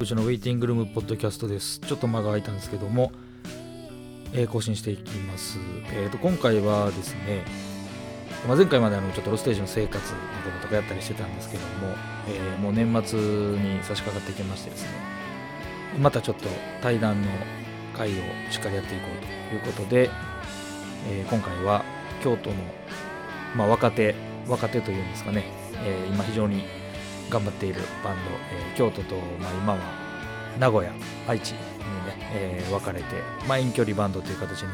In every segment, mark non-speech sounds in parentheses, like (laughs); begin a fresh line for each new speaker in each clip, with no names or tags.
うちのウェイティングルームポッドキャストですちょっと間が空いたんですけども、えー更新していきます、えー、と今回はですね、まあ、前回まであのちょっとロステージの生活のこととかやったりしてたんですけども、えーもう年末に差し掛かってきましてですねまたちょっと対談の会をしっかりやっていこうということで、えー今回は京都の、まあ、若手若手というんですかね、えー今非常に頑張っているバンド、えー京都と、まあ、今は名古屋愛知にね、えー分かれて、まあ、遠距離バンドという形に、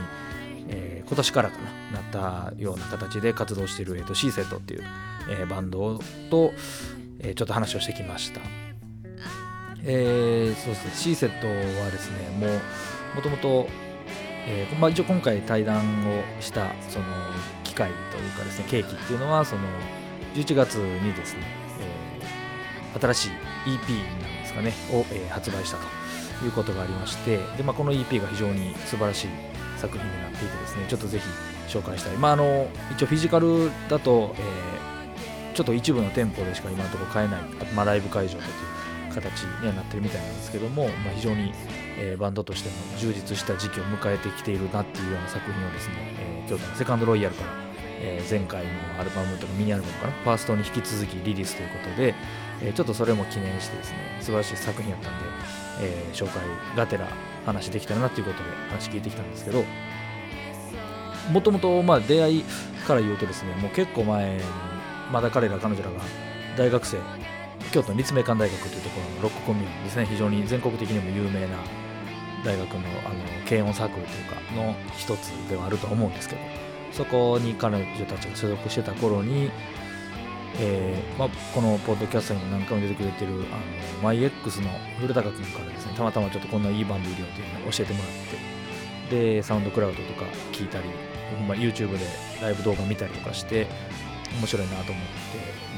えー今年からかななったような形で活動している、えー、とシーセットっていう、えーバンドと、えーちょっと話をしてきました。えーそうですね、シーセットはですねもうもともと、えーまあ、一応今回対談をしたその機会というかですね契機っていうのはその11月にですね、えー新しい EP なんですかねを、えー発売したということがありましてで、まあ、この EP が非常に素晴らしい作品になっていてですねちょっとぜひ紹介したい、まあ、あの一応フィジカルだと、えーちょっと一部の店舗でしか今のところ買えない、まあ、ライブ会場だという形にはなってるみたいなんですけども、まあ、非常にえーバンドとしても充実した時期を迎えてきているなっていうような作品をですね、えー京都のセカンドロイヤルから、えー前回のアルバムとかミニアルバムかなファーストに引き続きリリースということで、えーちょっとそれも記念してですね素晴らしい作品やったんで、えー紹介がてら話できたらなということで話聞いてきたんですけどもともとまあ出会いから言うとですねもう結構前にまだ彼ら彼女らが大学生京都の立命館大学というところのロックコミュニティですね非常に全国的にも有名な大学のあの軽音サークルというかの一つではあると思うんですけどそこに彼女たちが所属してた頃に、えーまあ、このポッドキャストにも何回も出てくれてるあのマイ X の古高君からですねたまたまちょっとこんないいバンドいるよっていうのを教えてもらってでサウンドクラウドとか聞いたり、ほんま YouTube でライブ動画見たりとかして面白いなと思っ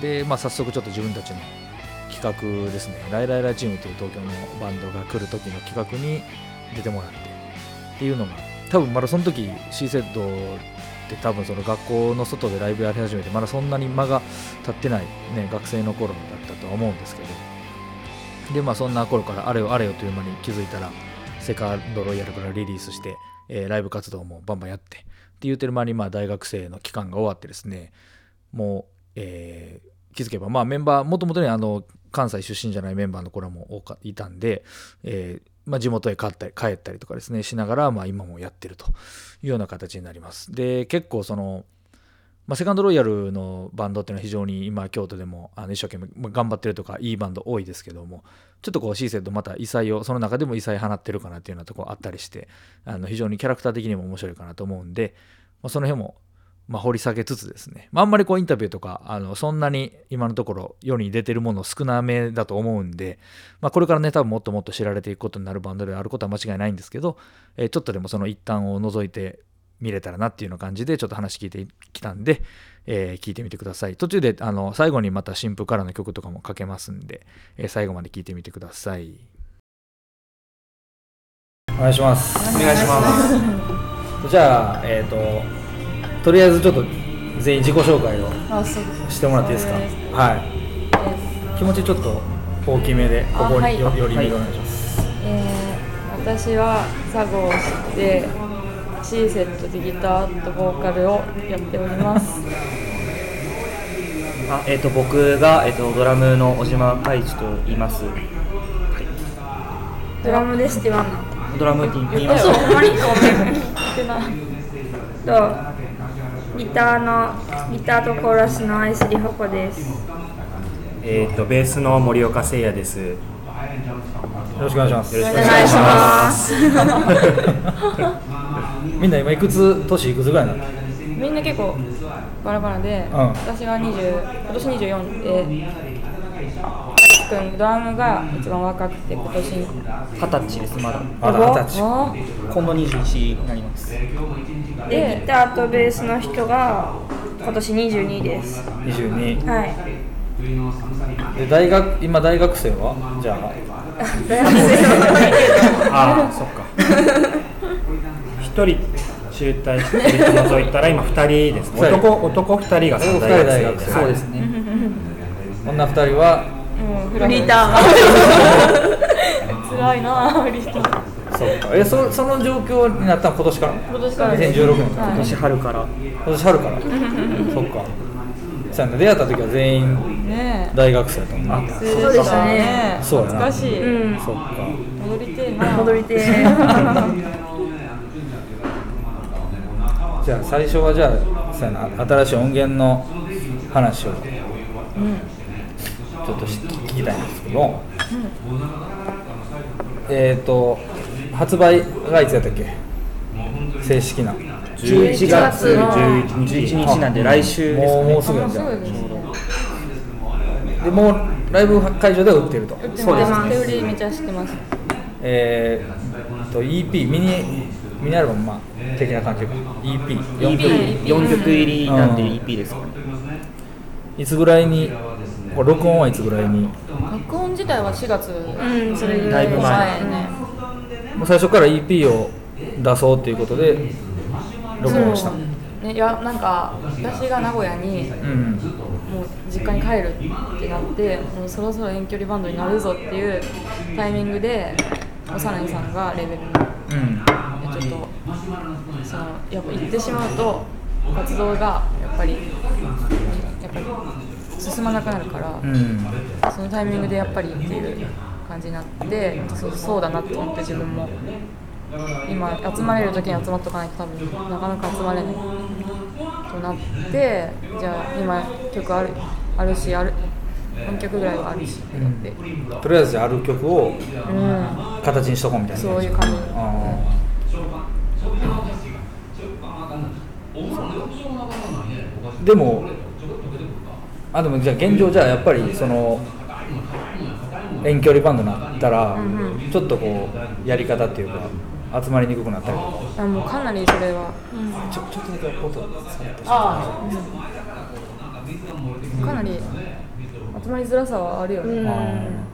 てで、まあ、早速ちょっと自分たちの企画ですね「ライライラチーム」という東京のバンドが来る時の企画に出てもらってっていうのが多分まだその時 C セットって多分その学校の外でライブやり始めてまだそんなに間が経ってない、ね、学生の頃だったとは思うんですけどでまあそんな頃からあれよあれよという間に気づいたらセカンドロイヤルからリリースして、えーライブ活動もバンバンやってって言ってる間にまあ大学生の期間が終わってですねもう、えー気づけばまあメンバーもともとねあの関西出身じゃないメンバーの子らも多かいたんで、えーまあ、地元へ帰ったり帰ったりとかですねしながら、まあ、今もやってるというような形になります。で結構その、まあ、セカンドロイヤルのバンドっていうのは非常に今京都でもあの一生懸命まあ頑張ってるとかいいバンド多いですけどもちょっとこうシーセットまた異彩をその中でも異彩放ってるかなっていうようなところあったりしてあの非常にキャラクター的にも面白いかなと思うんで、まあ、その辺もまあ、掘り下げつつですね、まあ、あんまりこうインタビューとかあのそんなに今のところ世に出てるもの少なめだと思うんで、まあ、これからね多分もっともっと知られていくことになるバンドであることは間違いないんですけど、えーちょっとでもその一端を除いて見れたらなっていうような感じでちょっと話聞いてきたんで、えー聞いてみてください途中であの最後にまた新婦からの曲とかもかけますんで、えー最後まで聞いてみてくださいお願いします
お願いします。
じゃあえっ、ととりあえずちょっと全員自己紹介を
あ、そうです。
してもらっていいですか。はい。気持ちちょっと大きめでここ
あは
に
い
よより目お願いします。
えー、私は佐合を知って、シーセットでギターとボーカルをやっております。
あえっ、と僕がえっ、とドラムの小島海一と言います。
ドラムですって言わんな。
ドラムって言いま
そう、
す。
ほんまにそう
ってな、
と、
(laughs)
ギターの、ギターとコーラスのアイスリホコです。
えー、とベースの森岡誠也です。よ
よろしくお願いします。
ろしくお
お
願いし
願いし
ま。
ますす。
(laughs)
みんな今いくつ年いくつぐらいなの？
みんな結構バラバラで、
ん
私は20、今年24で、くんドラムが一番若くて今
二
年
十歳ですまだ。
まだ二十歳。
あ
今度二十一になります。
で、ギターとベースの人が今年22です。
二十二。
はい。
で大学今大学生はじゃあ
ああ、そっか。一人中退して取り除いたら今二人ですね。
二人
男男二人
男二
が
人
三大学
大
生
学生
です。はい
ね。
女二人は
あ、もうフラフラ
ー。
(laughs) 辛いなあリスト今
そうかえそその状況になったの今年から
年からです
2016年から
は
今
い
年
年春から
今年春から
(laughs)
そっかそうやな出会った時は全員
ね
大学生だったもんな
え
そうでしたね
そうやな
懐かしい、
うん
そっか
戻りてえな
戻り
(laughs)
てえ
じゃあ最初はじゃあそうやな新しい音源の話をちょっとし聞きたいんですけど、えっ、と発売がいつやったっけ正式な
11月11
11
11日なんで来週です
も
か
う
ね
もうすぐや
あ
んじ
す
ゃ
ご
ん
いですね
でもうライブ会場では売ってると
そうですね
手売りめちゃ知ってます
えー、と EP ミニミニアルバム、まあ、的な感じか EP4
4
曲
曲四曲入りなんで
うん
EP ですかね
いつぐらいにこれ録音はいつぐらいに
録音自体は4月
うんそれぐら
だい
い
ぶ前
ね
もう最初から EP を出そうということで録音したうん
ねいやなんか私が名古屋に
うん
もう実家に帰るってなってもうそろそろ遠距離バンドになるぞっていうタイミングでおさらいさんがレベルの
うん
ちょっとそのやっぱ行ってしまうと活動がやっぱりやっぱり進まなくなるから、
うん
そのタイミングでやっぱりっていう感じになってそうそうだなと思って自分も今集まれる時に集まっとかないと多分なかなか集まれないとなってじゃあ今曲あるあるしある4曲ぐらいはあるしってなって、
とりあえずじゃあある曲を
うん、
形にしとこうみたいな
そういう感じ。
あーでもあでもじゃあ現状じゃあやっぱりその遠距離バンドになったら
うん
ちょっとこうやり方っていうか集まりにくくなったりとか
あもうかなりそれは
ちょちょっとだけ音下げて
かなり集まりづらさはあるよね、
うん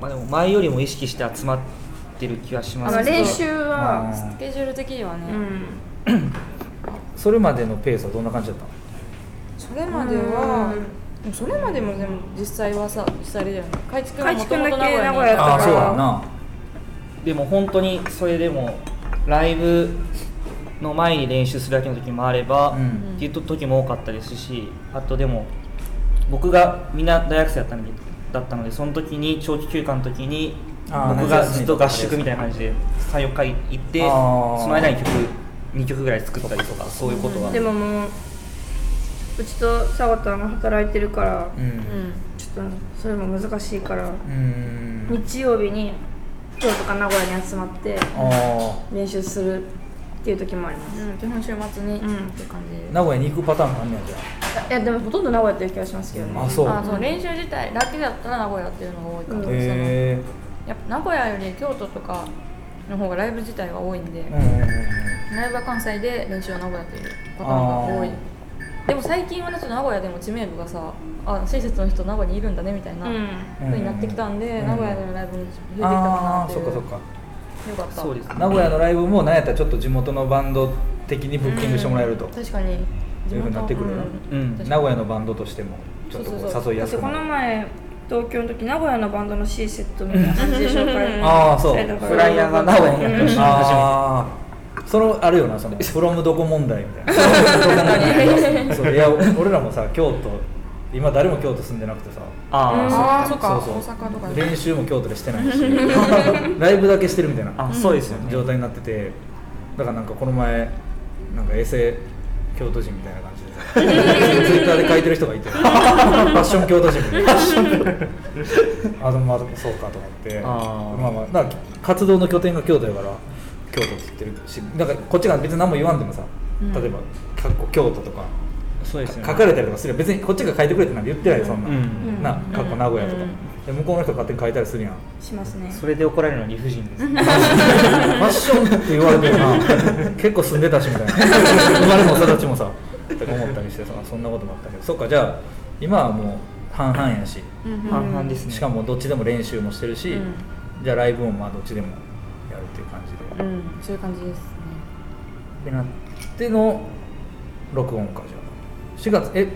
まあでも前よりも意識して集まってる気はしま
あ
す
の
けど
練習は
スケジュール的にはね、
うん
それまでのペースはどんな感じだったの
それまでは、でもそれまでもでも実際はさ実際あれだよね海地君は
海
も
地
と
君だ
もと
け名
名古屋
古
に
屋だ
あ
か
あ
ら
そうやな
でも本当にそれでもライブの前に練習するだけの時もあれば、
うん
っていう時も多かったですしあとでも僕がみんな大学生だったのでだったのでその時に長期休暇の時に
あー
僕が
夏休み
ずっと合宿みたいな感じで34回行って
あ
そ
ー
の間に曲2曲ぐらい作ったりとかそういうことは
でももううちと佐和たんが働いてるから
う
うんん
ちょっとそれも難しいから
うん
日曜日に京都か名古屋に集まって
あ
練習するっていう時もあります
うん、基本週末に、
うん
って感
あ
じ
名古屋に行くパターンもあんねやじゃ
いやでもほとんど名古屋っていう気がしますけどね
ああそう
あそう練習自体だけだったら名古屋っていうのが多いから、
うん
その
へえ
やっぱ名古屋より京都とかの方がライブ自体が多いんで、
うんうんうん
ライブは関西で練習は名古屋というパターンが多い
あ
でも最近はねちょっと名古屋でも知名度がさあ親切の人名古屋にいるんだねみたいな、
うん
うん
風になってきたんで、
うん
名古屋でのライブに増えてきたかな
あ
っ
あ
てい
そっ
う
かそっか
よかった
そうです
名古屋のライブもなんやったらちょっと地元のバンド的にブッキングしてもらえると
うん確かに
そういうふうになってくるよな
う
うん
ん
名古屋のバンドとしてもちょっと
そうそう
こ
そう
う誘いや
私
すく
こ
な
の
る
前東京の時名古屋のバンドの C セットみたいな感じで紹介
ああそう
されたから
フライヤーが名古屋にやってほしい
ああそのあるよなその「フロムどこ問題」みたいなそういや俺らもさ京都今誰も京都住んでなくてさ
あ
あーそっか
そうそう
大阪とか
練習も京都でして
(laughs)
ないしライブだけしてるみたい
ー
な
あそうですよね、
状態になっててだからなんかこの前なんか衛星京都人みたいな感じで
(laughs)
ツイッターで書いてる人がいてファッション京都人みたいなあでもまあそうかと思って
あー
まあまあなんか活動の拠点が京都やから京都って言ってるしなんかこっちが別に何も言わんでもさ、
うん
例えば「かっこ京都」とか
そうですよね
書かれたりとかすれば別にこっちが書いてくれってなんて言ってないよそんな、
うん
なかっこ名古屋とか、
うん
で向こうの人が勝手に書いたりするや (laughs) ん
しますね
それで怒られるのは理不尽です
ファッションって言われてる (laughs) な結構住んでたし (laughs) みたいな生まれも育ちもさって思ったりしてさそんなこともあったけどそっかじゃあ今はもう半々やし
うんうん
半々ですね
しかもどっちでも練習もしてるし、
うん
じゃあライブもまあどっちでもやるっていう感じで、
う
っ
んそういう感じですね
てなっての録音かじゃあ4月え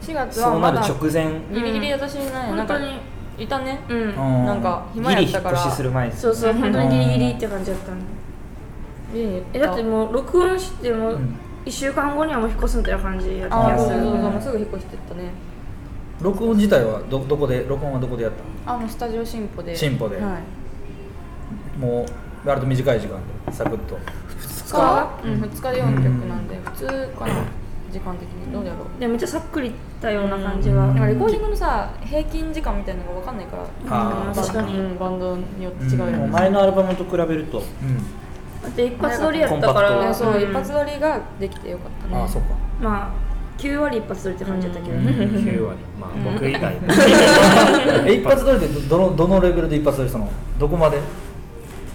4月
そ
は
うな
ま
る
だ
直前
ギリギリ私にない、な
本
んか
当に
いたねう
うん
んなんか
ギ
暇や
リ
っ
引
た
っ
から
越しする前です
そうそう本当にギリギリって感じだったんで
家に行
えだってもう録音しても
うん
1週間後にはもう引っ越すみたいな感じやった気
ああ
が
そう
す
そう
る
そうもうすぐ引っ越してったね
録音自体はどどこで録音はどこでやった
あのスタジオ進歩で
進歩で
はい
のもう割と短い時間でサクッと
2日うん2日で4曲なんで普通かな時間的にどうだろう
でめっちゃさっくりいったような感じは、
なんかレコーディングのさ平均時間みたいなのが分かんないから
あー
確かに
うんバンドによって違うよ
うん
も
ね
う前のアルバムと比べると
うん
だって一発撮りやったか
コン
ら
パ
あそう、
ん
一発撮りができてよかったね
ああそっか
まあ9割一発撮りって感じだったけど
うん
ね、
9割まあ僕以外
(laughs) え一発撮りでどどのどのレベルで一発撮りしたのどこまで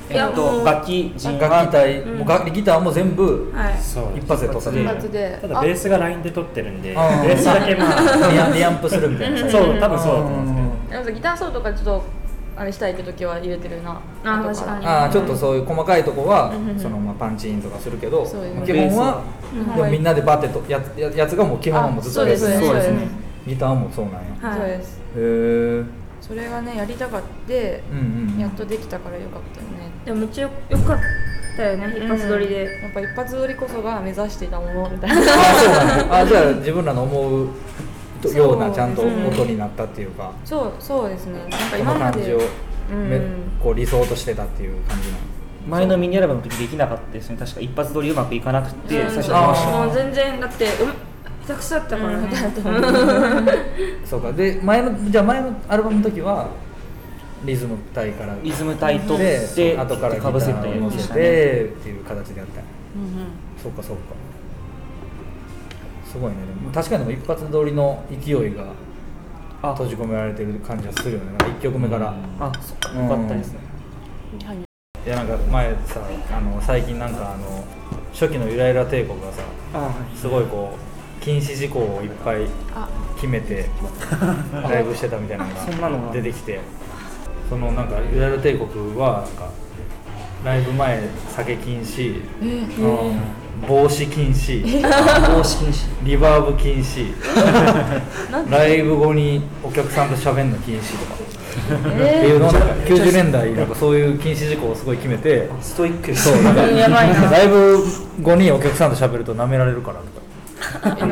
いや
えっ
も
と
う
楽器陣は
楽器隊、
うん
もう楽器ギターも全部
はい
そう
一発で撮った
一
一発で
ただベースが LINE で撮ってるんでベ
あー
ースだけまあ
リアリアンプするみたいな
そう多分そうだと思うんですけ
で
ど
もさギターソロとかちょっとあれしたいって時は入れてるな
あ
後
確かに
ああちょっとそういう細かいとこは
うんうんうん
そのまあパンチインとかするけど
そうですね
基本は
うん
でもみんなでバーってとやつややつがもう基本はもうずっと
あそうです
やる
そうです
そう
そう
で
ですす
ギターもそうなんやへ
そう
は
で
い
す
えうん
それがねやりたかって
うんうん
やっとできたからよかったよね
でもめっちゃよよかったよね一発撮りで、
やっぱ一発撮りこそが目指していたものみたいな
あそうなんだあじゃあ自分らの思うとようなちゃんと
そうですね
音になったっていうか
(laughs) そうそうですねなんか
この
今ま
感じを
で
め
うん
こう理想としてたっていう感じなの
前のミニアルバムの時できなかったですね確か一発撮りうまくいかなくて
うん
最初
あー
もう全然だってうん下手くそだったからね、
そうかで前のじゃあ前のアルバムの時はリズム隊から
リズム隊取って
で後からギタ
かぶせて
ーを乗
でし
せ
た
てっていう形でやったんや
うんうん
そうかそうかすごいねでも確かにでも一発撮りの勢いが
あ
閉じ込められてる感じがするよねなんか1曲目から、
あそっかよかったですね
いやなんか前さあの最近なんかあの初期のゆらゆら帝国がさ
あはい
すごいこう禁止事項をいっぱい
あ
決め
(laughs)
てライブしてたみたいなの
そんなの
が
が
出てきてそのなんかユダヤ帝国はなんかライブ前酒禁止、うん帽子禁止
帽子禁止
リバーブ禁
(laughs)
止ライブ後にお客さんと喋るの禁止とかっていうのをなんか90年代なんかそういう禁止事項をすごい決めて
ストイックで
(laughs)
す
そうなんか
やばいな
ライブ後にお客さんと喋ると舐められるからとか。なんか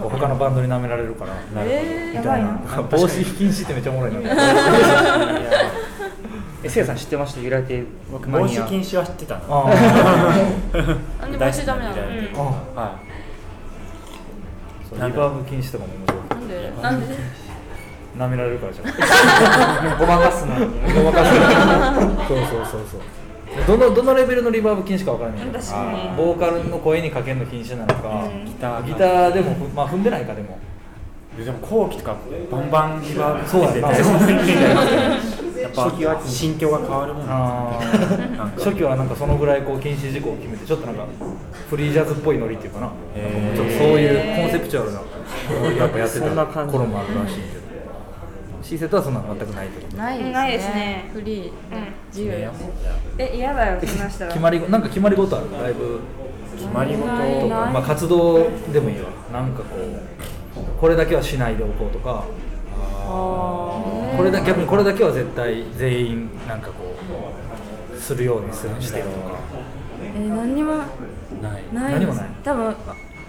こう他のバンドに舐められるから、
え
みたいな帽子禁止ってめっちゃおもろいな
えせいやさん知ってました揺られて僕
帽子禁止は知ってたの
あ
ーなんで
大
帽
好き
子ダメな
な
の
時代で
あ
は
そうリバーブ禁止とかも面白い
なん
な
で
んで
舐められるからじゃん
ーごまかすな
ごまかすなそうそうそうそうどのどのレベルのリバーブ禁止かわからないけど
確かに
あーボーカルの声にかけるの禁止なのか、
うん
ギ
ギター
ターでもふまあ踏んでないかでも
いででも後期とかバンバンリバーブ
そうやな
やっぱ心境が変わるもんなん
あ
ですねなん
ー
か
(laughs) 初期はなんかそのぐらいこう禁止事項を決めてちょっとなんかフリージャズっぽいノリっていうかな
へー
ちょっとそういうコンセプチュアルなやっぱやってた
そんな感じ
頃もあるらしいけどシーセットはそんなの全くないってこと
ないですね
ないですね
フリー
う
で
ん
自由やもん
(laughs) え嫌だよそんなしたら
決まりごなんか決まり事あるライブ
決まり事
と
を
か、まあ、活動でもいいわなんかこうこれだけはしないでおこうとかこれだ逆にこれだけは絶対全員なんかこうするようにするしてるとか
え何にも
ない
ない
何もない
多分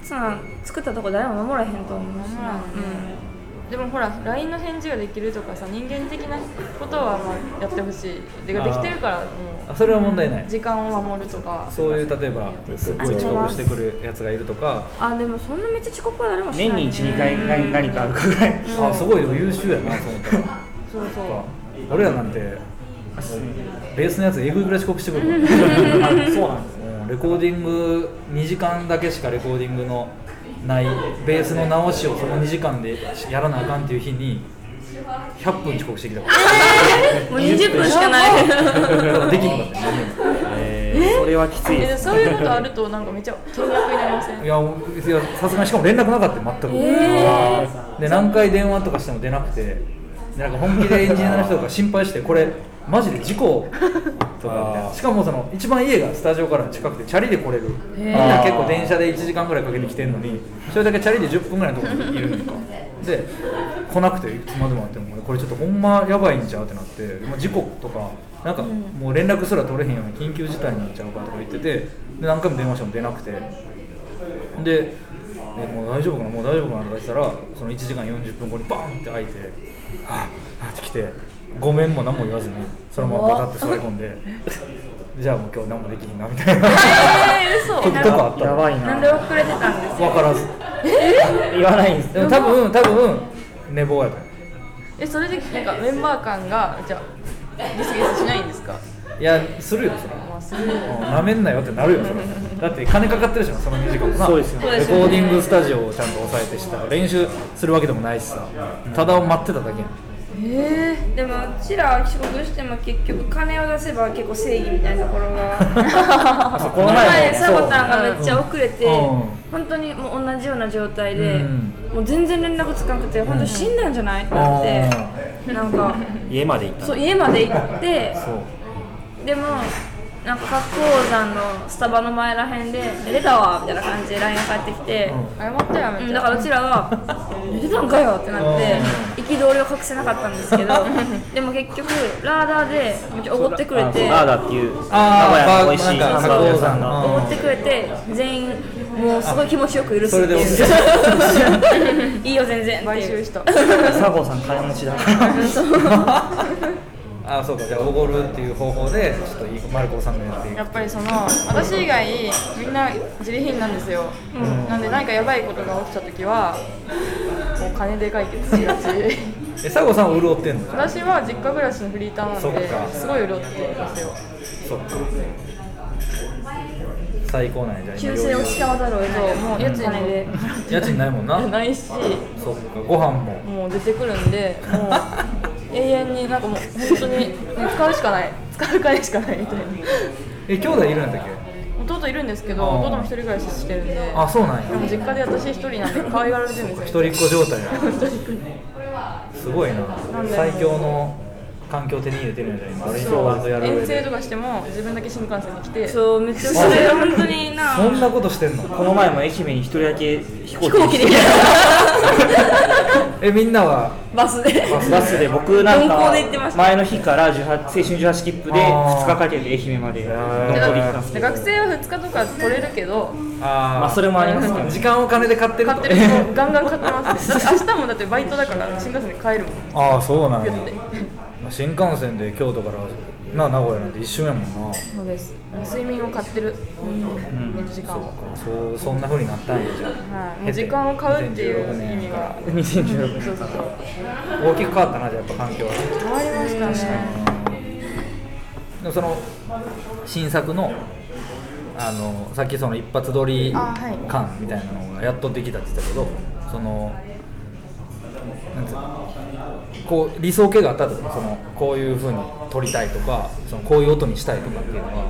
その作ったとこ誰も守らへんと思うし
守らんねでもほら LINE の返事ができるとかさ人間的なことはまあやってほしいでできてるからも
あそれは問題ないう
時間を守るとか
そういう例えばすっごい遅刻してくるやつがいるとか
うん、あでもそんなめっちゃ遅刻は誰もしない
年に12回何何かあるかぐらい
あすごいでも優秀やなと思ったら
そうそう
なんか俺らなんてベースのやつえぐいぐらい遅刻してくるもん
そうなんです
うんレコーディング2時間だけしかレコーディングのないベースの直しをその2時間でやらなあかんっていう日に100分遅刻して
(laughs)
きたか
もう20分しか
(laughs)
ない
らできなかったね
それはきつい
え
で
ですそういうことあるとなんかめっちゃ倹約になりません
いやもういやさすがにしかも連絡なかったよ全く、で何回電話とかしても出なくてなんか本気でエンジニアの人とか心配してこれマジで事故とかしかもその一番家がスタジオから近くてチャリで来れるみん
へー
な結構電車で1時間ぐらいかけて来てんのにそれだけチャリで10分ぐらいのところにいるのかで来なくていつまでもあってもこれちょっとほんまやばいんちゃうってなってもう事故とかなんかもう連絡すら取れへんような緊急事態になっちゃうかとか言っててで何回も電話しても出なくてでえもう大丈夫かなもう大丈夫かなとか言ってたらその1時間40分後にバーンって開いてああって来てごめんも何も言わずにそのままバタって座り込んでじゃあもう今日何もできひんなみたいな
えー、嘘
時とかあった
やばい
なんで
な
遅れてたんです
分からず
言わないんです
でも多分多分寝坊やと思
えそれでなんかメンバー間がじゃあギスギスしないんですか
ういやするよそれ
まあする
なめんなよってなるよそれだって金かかってるじゃんその2時間もな
そうですよね
レコーディングスタジオをちゃんと押さえてした練習するわけでもないしさただを待ってただけやん
えー、
でもうちら遅刻しても結局金を出せば結構正義みたいなところが
あこ
この前
そ
サ
う
ボタンがめっちゃ遅れて、
うん
本当にもう同じような状態で、
うん
もう全然連絡つかなくて本当死んだんじゃないってなって、なんか
家まで行った
そう家まで行って
そう
でもなんか八甲山のスタバの前らへんで「寝れたわ」みたいな感じで LINE が返ってきて、
謝ったやめ
う
て、
んだからうちらは「寝てたんかよ」ってなって憤りを隠せなかったんですけどでも結局ラーダーでめっちゃおごってくれて
ラーダっていう名古
あー
屋の美味しい
バーな
ハ
んか
ンバーガー屋さん
加工
が
山
おごってくれて全員もうすごい気持ちよく許す
そ
っ
れ
て
で
いう
お
(laughs) いいよ全然って
買
いう
収した
佐合さん金持ちだから
あそうかじゃあおごるっていう方法でちょっといい丸子さんのやっていく
やっぱりその私以外みんな自利品なんですよ、なんで何かやばいことが起きた時はもう金で解決しがち
え佐合さんは潤ってんの
私は実家暮らしのフリーター
そっ
なん
か
ですごい潤ってますよ
そっか最高なんやじゃあ
修
今
正
よ
を
り
しかまざるを得ず
そうもう家賃
金で
家賃ないもんな
ないし
そっかご飯も
もう出てくるんでもう永遠になんかもう本当に、ね、使うしかない使う金しかないみたいな
え兄弟いるんだっけ
弟いるんですけど
あー
弟も一人暮らししてるんで
あそうなん
で
や
も実家で私一人なんで可愛がられてるんです
一
よ
人っ子状態やすごいな最強の環境を手に入れてるんじゃない今俺にバンドやる上
遠征
で
とかしても自分だけ新幹線に来て
そうめっちゃそれ本当にな
そんなことしてんの
この前も愛媛に一人だけ飛行
飛行機
機
で
で
えみんなは
バスで
バスで僕なん
鈍行
か
で行ってました
前の日から18青春18切符で
あー
2日かけて愛媛まで
へ
残
ー
り行ったんです
で
けど
学生は2日とか取れるけど
あ
まあそれもありますけど
時間を金で買ってる
買って
(laughs)
る人ガンガン買ってますだって明日もだってバイトだから新幹線で帰るもん
ああそうなんや
ピュッ
まあ新幹線で京都からな名古屋なんて一瞬やもんな
そうです睡眠を買ってる、うん、寝る時間を
そうそんな風になったんやじゃ
はい、
あ
もう時間を買うっていう意味が
2016
そうそうそう
大きく変わったなじゃあやっぱ環境は
変わりましたね
でもその新作のあのさっきその一発撮り
あはい
感みたいなのがやっとできたって言ってたけどそのなんつうのこう理想形があったとかそのこういう風に撮りたいとかそのこういう音にしたいとかっていうのは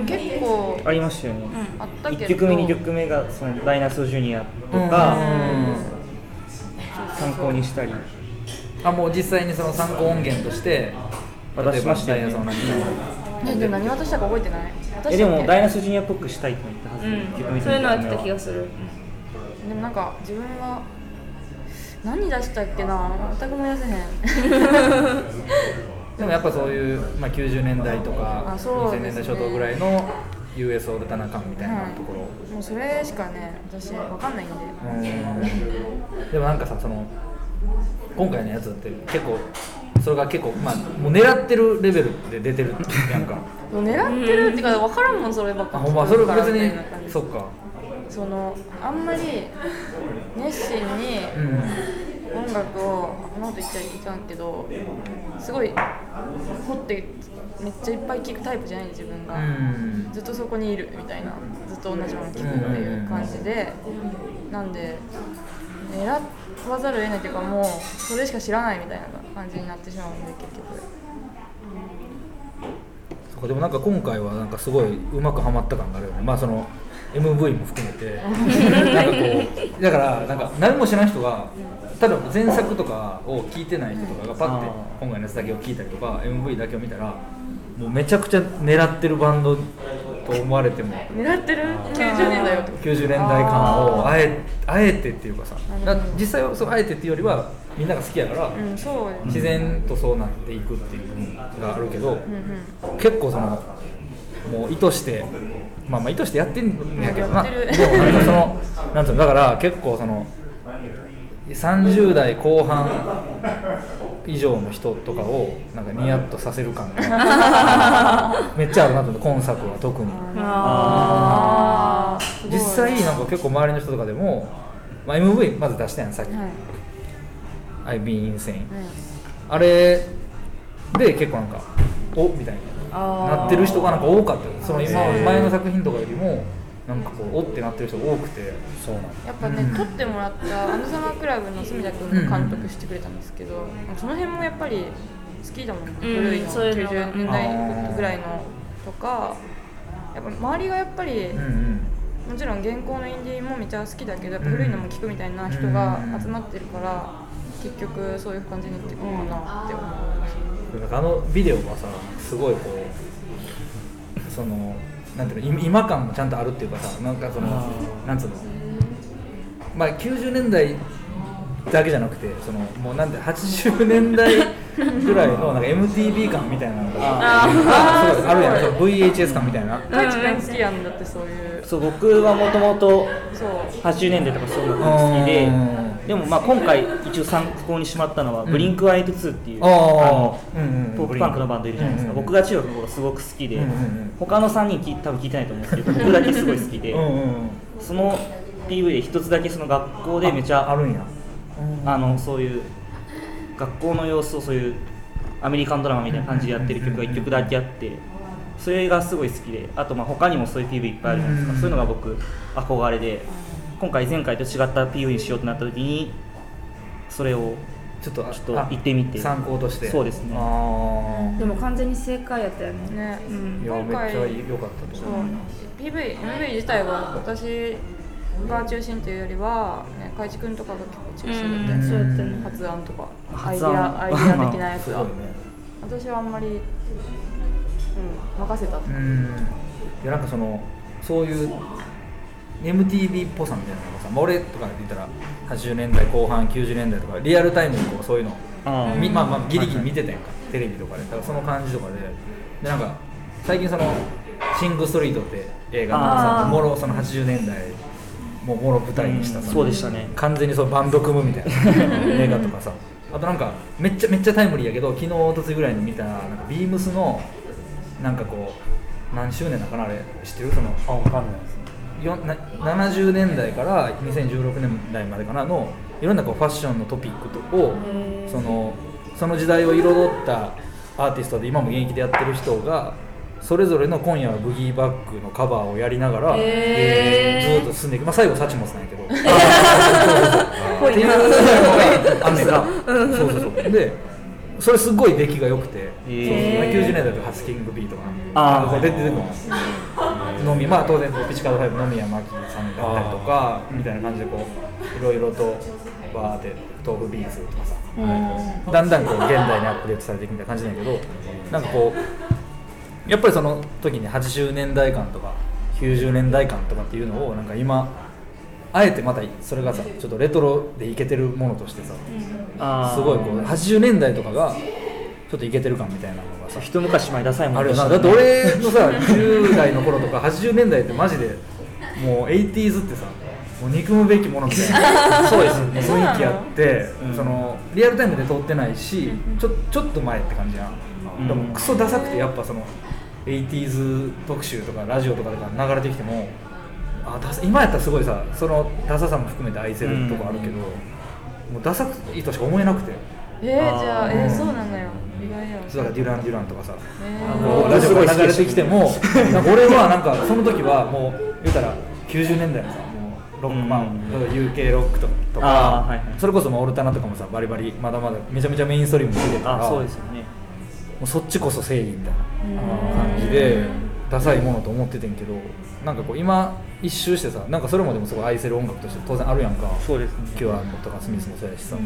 うん結構
ありましたよね
あったけど
1曲目2曲目がそのダイナソージュニアとか参考にしたり
あもう実際にその参考音源として
渡しましたよ
例え
ね
ばダイ
えでも何渡したか覚えてない
えで
だっ
も
け
ダイナソージュニアっぽくしたいと言ったはず
うん
1曲目
そういうのはやってた気がする
でもなんか自分は何出したっけな全く思い出せへん
ヤソーなでもやっぱそういう、まあ、90年代とか、
あそう
2000
で
年
す
代
ね
初頭ぐらいの US オルタナ感みたいなところ、
もうそれしかね私わかんないんで
うんでもなんかさその今回のやつだって結構それが結構まあもう狙ってるレベルで出てるなんか
もう狙ってるっていうか分からんもんそればっ
(laughs) あ
か
ほんまそれ別
みた
に
いな感じ
そっか
そのあんまり熱心に
うん
音楽をこんなこと言っちゃいかんけどすごい掘ってめっちゃいっぱい聴くタイプじゃない自分が、
うん
ずっとそこにいるみたいなずっと同じもの聴くっていう感じで、なんで狙わざるを得ないというかもうそれしか知らないみたいな感じになってしまうんで結局
そかでもなんか今回はなんかすごいうまくはまった感があるよねまあその MV も含め (laughs) てなんかこうだからなんか何もしない人が例えば前作とかを聞いてない人とかがパッて
あー
今回のやつだけを聞いたりとか MV だけを見たらもうめちゃくちゃ狙ってるバンドと思われても
狙ってる90年だよって
90年代感をあえあえてっていうかさだから実際はそうあえてっていうよりはみんなが好きやから、
うんそうよ
自然とそうなっていくっていうのがあるけど、
うんうん
結構そのもう意図してまあまあ意図してやってんやけどな
や
で
っ
も
てる
なんかそのなんつうのだから結構その30代後半以上の人とかをなんかニヤッとさせる感
(laughs)
がめっちゃあるなと思って今作は特に。
あ
実際なんか結構周りの人とかでも、まあ、MV まず出したやんさっき
はい
「I've been insane
う」ん
あれで結構なんか「おみたい
あ
な
ー
なってる人がなんか多かったよその今
へー
前の作品とかよりもなんかこう「お」ってなってる人が多くて
そうなんだ
やっぱね、撮ってもらった「アンドサマークラブ」の隅田君が監督してくれたんですけど、その辺もやっぱり好きだもんね、古いの
そういうのが
90年代ぐらいのとかやっぱ周りがやっぱり、
うんうん
もちろん現行のインディーもめちゃ好きだけどやっぱ古いのも聞くみたいな人が集まってるから、結局そういう感じになってくるのかなって思う、
なんかあのビデオはさすごいこうそのなんていうのい今感もちゃんとあるっていうかさなんかそのなんつうのまあ90年代だけじゃなくてそのもうなんて80年代ぐらいのなんか MTV 感みたいなのがすごいあるやんその VHS 感みたいな
大地君好きやんだってそういう
そう僕はもともと
そう
80年代とかそういうのが好きで
うん
でもまあ今回一応参考にしまったのは「ブリンク182っていう、
あ
あ
あ
の
うんうん
ポップパンクのバンドいるじゃないですか、
うんうん
僕が中学の頃すごく好きで、
うんうんうん
他の3人聞い多分聞いてないと思うんですけど僕だけすごい好きで、
うんうんうん
その PV で一つだけその学校でめちゃ
あるんや
あのそういう学校の様子をそういうアメリカンドラマみたいな感じでやってる曲が1曲だけあってそれがすごい好きであとまあ他にもそういう PV いっぱいあるじゃないです
うん
かそういうのが僕憧れで今回前回と違った PV にしようってなった時にそれを
ちょっとあ
ちょっと行ってみて
参考として
そうですね
あー
でも完全に正解やったよね
ね、
いや
今
めっちゃ
回
良かったと
そう
思う
PV、MV 自体は私が中心というよりは、ね、海地君とかが結構中心だった
そう
よ
や
ね
ったね
発案とかアイデ
発案
アアイデア的なやつ
すごい
は
ね
私はあんまり、うん、任せた
うーんいやなんかそのそういう MTV っぽさみたいなのがさ、まあ、俺とかで言ったら80年代後半90年代とかリアルタイムにこうそういうの
あー
みまあまあギリギリ見てたやんかテレビとかでだからその感じとかででなんか最近その「シング・ストリート」って映画のさ
あー
もろその80年代もうもろ舞台にしたさ、
そうでしたね
完全にそうバンド組むみたいな映画とかさあとなんかめっちゃめっちゃタイムリーやけど昨日一昨日ぐらいに見たなんかビームスのなんかこう何周年だかなあれ知ってるその
あわかんないです
よな70年代から2016年代までかなのいろんなこうファッションのトピックとをそのその時代を彩ったアーティストで今も現役でやってる人がそれぞれの「今夜はブギーバック」のカバーをやりながら、
へー
ずーっと進んでいく、まあ、最後サチモスなんやけど。
(laughs) ぽいな
(laughs) あんねんなそうそうそうでそれすごい出来が良くて、
へ
そうそう90年代だとハスキングビーとか
あ
な
ー
んかこう出てくるののみまあ当然ピチカード5のみやまきさんだったりとかみたいな感じでこういろいろとバーで豆腐ビーズとかさだんだんこう現代にアップデートされていくみたいな感じなんやけどなんかこうやっぱりその時に80年代感とか90年代感とかっていうのをなんか今あえてまたそれがさちょっとレトロでいけてるものとしてさ
あー
すごいこう80年代とかがちょっといけてる感みたいなのがさ
一昔前ダサいも
あ
ん
るよ
し
なだって俺のさ10代の頃とか80年代ってマジでもう 80s ってさもう憎むべきものみたいな (laughs) そうですね雰囲気あってそ,、のリアルタイムで通ってないしちょちょっと前って感じやん、
ん
でもクソダサくてやっぱその 80s 特集とかラジオとかが流れてきてもあダサ今やったらすごいさそのダサさも含めて愛せるとこあるけど、
うん
もうダサくいいとしか思えなくて
えー、じゃ
あ
あ
ー
えー、そうなのよ意外やわ
そうだからデュラン・デュランとかさ
え
もうラジオが流れてきてもなんか俺はなんかその時はもう言うたら90年代のさもうロックマン、UK ロックとかとか、
あーはいはい
それこそもうオルタナとかもさバリバリまだまだめちゃめちゃメインストリームに出てたか
あ
ら
そうですよね
うそっちこそ正義みたいな感じでダサいものと思っててんけどなんかこう今一周してさなんかそれもでもすごい愛せる音楽として当然あるやんか
そうですね
キュアとかスミスもそうやしさ、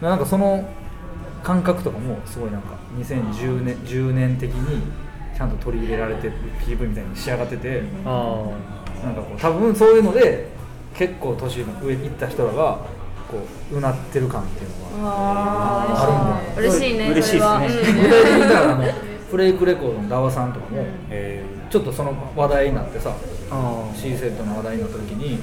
なんかその感覚とかもすごいなんか2010年 ,10 年的にちゃんと取り入れられてる PV みたいに仕上がってて、
あ
なんかこう多分そういうので結構年の上行った人らがこううなってる感っていうのがあるんだよ
嬉しいね
嬉しい
そ
ですね
れは
具体的にだからあのブレイクレコードのダワさんとかも
え
ちょっとその話題になってさ
あああ
C セットの話題になった時に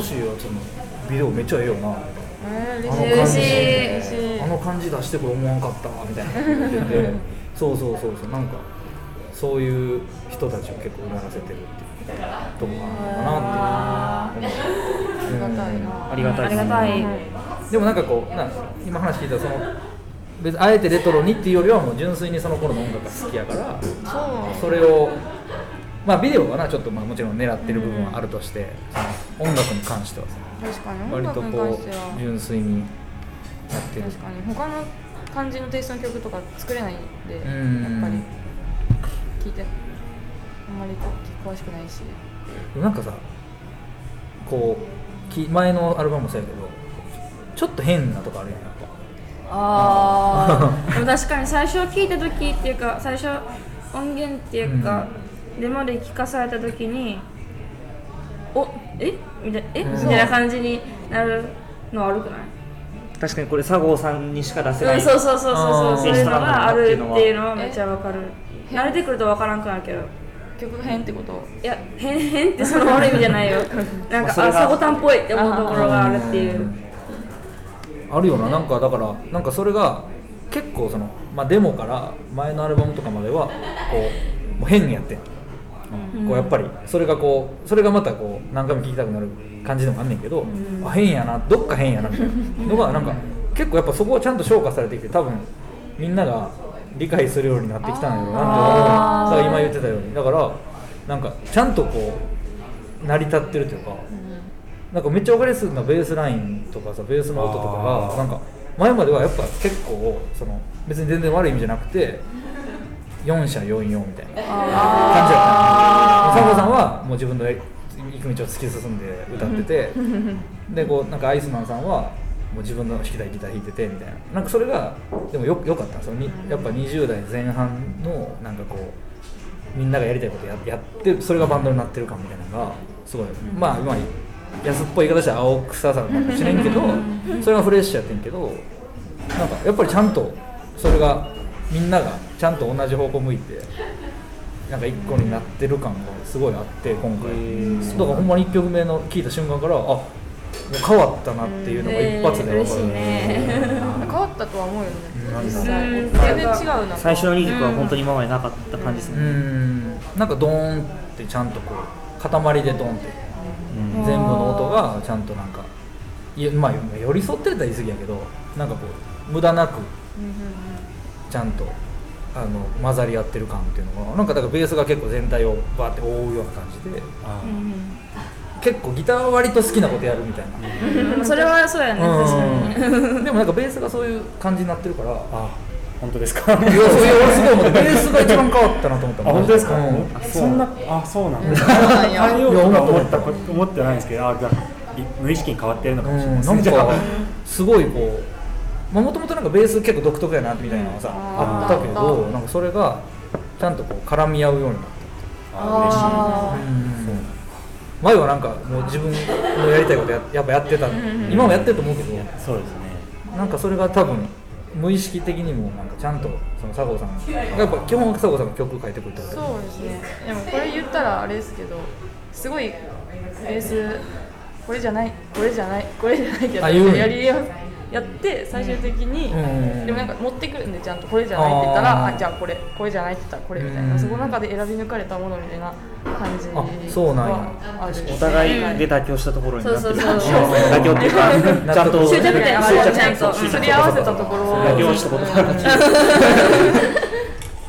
新しいやつのビデオめっちゃええよなみたいな。
うん嬉しい嬉しい
あの感じ出してこれ思わんかったわみたいな言っててそうそうそうそうなんかそういう人たちを結構うならせてるっていうとこがあるのかなっていう思う
ありがたい
あり
です
が
ね
たい
うんでもなんかこうなん今話聞いたらその別にあえてレトロにっていうよりはもう純粋にその頃の音楽が好きやからそれをまあビデオはなちょっとまあもちろん狙ってる部分はあるとして、その音楽に関してはさ
確かに音
割と
楽に関
こ
して
う
は
純粋にやってる
確かに他の感じのテイストの曲とか作れないんでやっ
うん
ぱり聞いてあんまり詳しくないし
なんかさこうき前のアルバムもそうやけどちょっと変なとこあるやんやっ
ああでも確かに最初聞いた時っていうか最初音源っていうか、デモで聞かされた時におえみたいなえ、みたいな感じになるの悪くない
確かにこれ佐合さんにしか出せな
う
い、
ん、そうそうそうそうそうそういうのがあるっていうのは
え
めっちゃわかる慣れてくるとわからんくなるけど
曲変ってこと
いや変変ってその悪い意味じゃ (laughs) ないよなん
まあそ
か
れ
あ
が
サボタンっぽいって思うところがあるっていう
ぱあるよななんかだからなんかそれが結構その、まあ、デモから前のアルバムとかまではこうもう変にやってんこうやっぱりそれがこうそれがまたこう何回も聴きたくなる感じでもあんねんけど、あ変やなどっか変やなみたいなの (laughs) がなんか結構やっぱそこをちゃんと消化されてきて多分みんなが理解するようになってきたんやろうなって思うだから今言ってたようにだからなんかちゃんとこう成り立ってるというか、なんかめっちゃ分かりやすいのはベースラインとかさベースの音とか
あ
が
ー
なんか前まではやっぱ結構その別に全然悪い意味じゃなくて4社44みたいな。感じだった佐藤さんはもう自分の行く道を突き進んで歌っててでこうなんかアイスマンさんはもう自分の弾きたいギター弾いててみたいななんかそれがでもよよかったそのにやっぱ20代前半のなんかこうみんながやりたいことややってそれがバンドになってる感みたいなのがすごい、まあ今安っぽい言い方したら青臭さかもしれんけどそれがフレッシュやってんけどなんかやっぱりちゃんとそれがみんながちゃんと同じ方向向いてなんか一個になってる感がすごいあって今回だからほんまに1曲目の聞いた瞬間からあもう変わったなっていうのが一発で分
嬉
か
し
る、
いね
変わったとは思うよね
うん
実際
うん
全然違うな
最初の2曲は本当に今までなかった感じです
う
ね、
んなんかドーンってちゃんとこう塊でドーンって全部の音がちゃんとなんかいやまあ寄り添ってたら言い過ぎやけどなんかこう無駄なくちゃんとあの混ざり合ってる感っていうのがなんかだからベースが結構全体をバーって覆うような感じで結構ギターは割と好きなことやるみたい
(laughs)
な。
うんそれはそうやね確かに
うんでもなんかベースがそういう感じになってるからいや
あ本当ですかあ
そういう俺すごい思ってベースが
(laughs)
一番変わったなと思った
本当ですか、
うん
あそんなあそうなんだ
なんや
あよう
いや
思ったこと思ってないんですけどあじゃあい無意識に変わってるのかもしれないです
な
ね
ん
じゃあ
かすごいこうもともとなんかベース結構独特やなみたいなのがさ、あったけどなんかそれがちゃんとこう絡み合うようになった
あ
前はなんかもう自分のやりたいことややっぱやってた今もやってると思うけど
嬉しいそうですね
なんかそれが多分無意識的にもなんかちゃんとその佐合さんがやっぱ基本は佐合さんが曲書いてくれたから
そうですねでもこれ言ったらあれですけどすごいベースこれじゃないこれじゃないこれじゃないってや
あ言う
っ
ん
て
や
やりややって最終的に、
うん
でもなんか持ってくるんでちゃんとこれじゃないって言ったらあ
あー
じゃあこれこれじゃないって言ったらこれみたい
うん
なそこの中で選び抜かれたものみたいな感じは
あそうなんや
ある
お互いで妥協したところになってる
そうそうそう
妥協っていう
(laughs)
かちゃんと
執着点があるよねちゃんと
執着
すり合わせたところ
妥協したことがある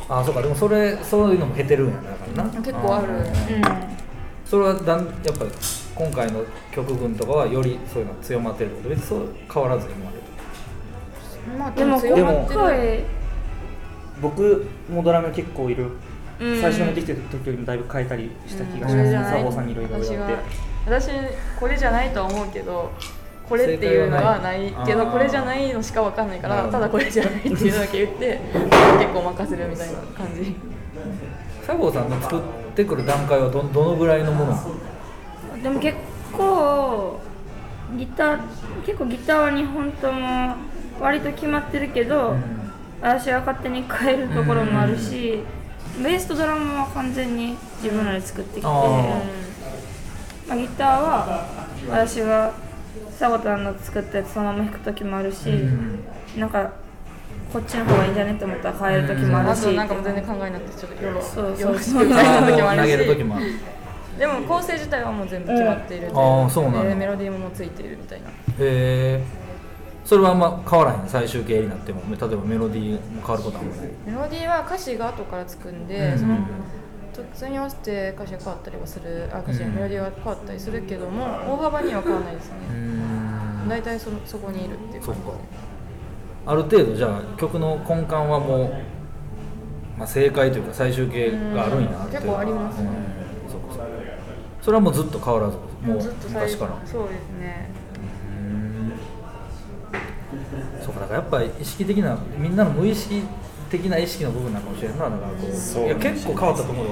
あそうかでもそれそういうのも減ってるんやなだからな
結構ある
それはだんやっぱり今回の曲群とかはよりそういうのが強まってるってこと別にそう変わらず今までと
まあ
でも
強まっ
今
てる
回
僕もドラム結構いる
うん
最初に持ってきてた時よりもだいぶ変えたりした気がし
こ
ま
れ
す
じゃない
佐藤さんにいろいろ
私
やっ
は
て
私これじゃないとは思うけどこれっていうのはない
正
け
解は
ど
ない
これじゃないのしかわかんないか
なる
ら
ほど
ただこれじゃないっていうのだけ言って結構任せるみたいな感じ
佐合さんの作ってくる段階はどどのぐらいのものなの
でも結構ギター結構ギターは日本とも割と決まってるけど、私は勝手に変えるところもあるし、ベースとドラムは完全に自分らで作ってきて、
あ
まあ、ギターは私がサボタンの作ったやつそのまま弾く時もあるし、なんかこっちの方がいいんじゃねって思ったら変える時もあ
あ
るし、
となんかもう全然考えなくてちょっとよろ
そうそう
よろしくみたいな時もあ
投げ
る
る時
し
もある
でも構成自体はもう全部決まっている
うんあーそうなんだ
でメロディーももうついているみたいな
へえそれはあんま変わらへん最終形になっても例えばメロディーも変わることはあんまない
メロディーは歌詞が後から作るんで、
うん
その突に合わせて歌詞が変わったりはするあ歌詞、
うん
メロディーは変わったりするけども大幅には変わらないですね、
うーん
大体そのそこにいるっていう
そっ
感じ
か
ですね
ある程度じゃあ曲の根幹はもう、まあ、正解というか最終形があるんや
うん
ある程度
結構ありますね
うんそっかそっかそれはもうずっと変わらずも
もう
う
ずっと最
昔
初
から
そうですね
そうかだからやっぱ意識的なみんなの無意識的な意識の部分なのかもしれんないだからこう
そう
いや結構変わったと思うよ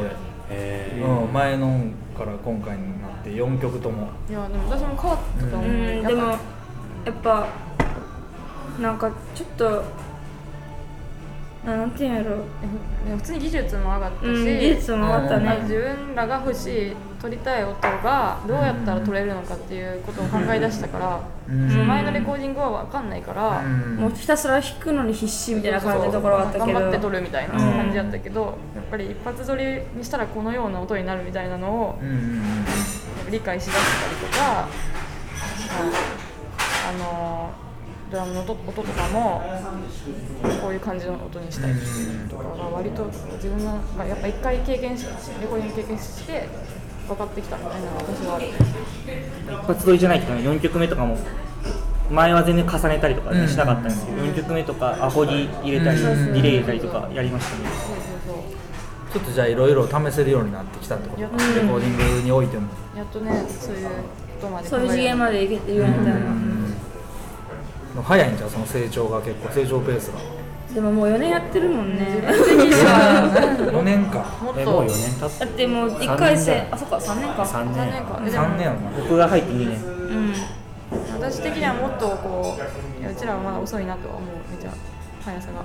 え
俺、うん、前のから今回になって4曲とも
いやでも私も変わったと思う、
うんで
やっぱ
もやっぱなんかちょっとななんていうんやろう、
え普通に技術も上がったし、
うん、技術もあった
うん
ね、
自分らが欲しい取りたい音がどうやったら取れるのかっていうことを考え出したから、
うん
その前のレコーディングは分かんないから、
もうひたすら弾くのに必死みたいな感じのところはあったけど
頑張って撮るみたいな感じだったけど、やっぱり一発撮りにしたらこのような音になるみたいなのを
うんうんうん
理解しだしたりとか、あのドラムの音音とかもこういう感じの音にしたいとかが割と自分のがやっぱ一回経験しレコーディング経験して分かってきたみたいなのが私はある
活動じゃないけどね4曲目とかも前は全然重ねたりとかね
うん
しなかったんですけど4曲目とかアホギ入れたりデ
うん
ィレイ入れたりとかやりましたね
そうそうそう
ちょっとじゃあいろいろ試せるようになってきたってことか
うん
レコーディングにおいても
やっとね、そういうことまで考
そ
え
ういう
られた
次元までいけてるようになったな、
早いんじゃうその成長が結構成長ペースが
でももう4年やってるもんね
4年か
もっ
えもう
と
4年経つ
だってもう1回
三年
生
じゃない
あそっか3年か
3
3
年
年か
3年やろな
僕が入って2年
うん
私的にはもっとこういやうちらはまだ遅いなとは思うめちゃ速さが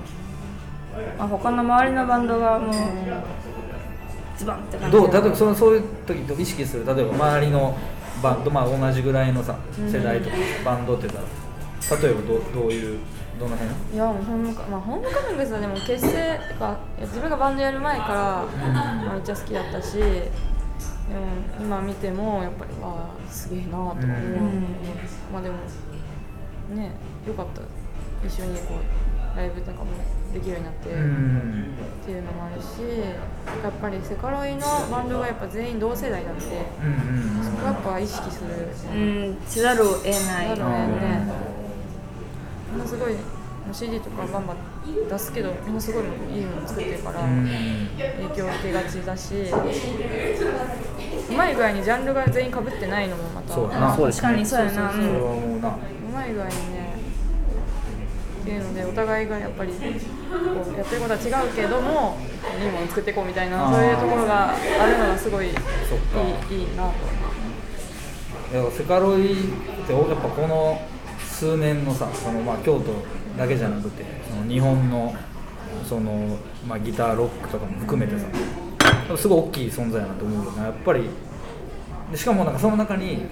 まあ、他の周りのバンドがもうズバンって感じ
どう例えばそのそういう時と意識する例えば周りのバンドまあ同じぐらいのさ世代とかバンドって言ったら例えばどどういうどの辺
いやもうホームカまあホームカミングスはでも結成ってかいや自分がバンドやる前から、まあめっちゃ好きだったしでも今見てもやっぱりああすげえなとか思う、
うん
まあでもねよかった一緒にこうライブとかもできるようになって、
うん
っていうのもあるしやっぱりセカロイのバンドがやっぱ全員同世代なんでそ
うんうん
こやっぱ意識する
うんせざるを得ない
だろうねみんなすごいもう CD とかバンバン出すけどみんなすごいいいもの作ってるから影響を受けがちだしうまい具合にジャンルが全員かぶってないのもまた
そうや
う
なそれ
確かにそうやな
そう
う
そうそ
ん
はもうな
まい具合にねっていうのでお互いがやっぱりこうやってることは違うけどもいいもの作っていこうみたい
あ
な
ー
そういうところがあるのがすごいいいいい
そっか
なと思う
だからセカロイってやっぱこの数年のさそのまあ京都だけじゃなくてその日本のその、まあ、ギターロックとかも含めてさすごい大きい存在やなと思うよなやっぱりでしかもなんかその中に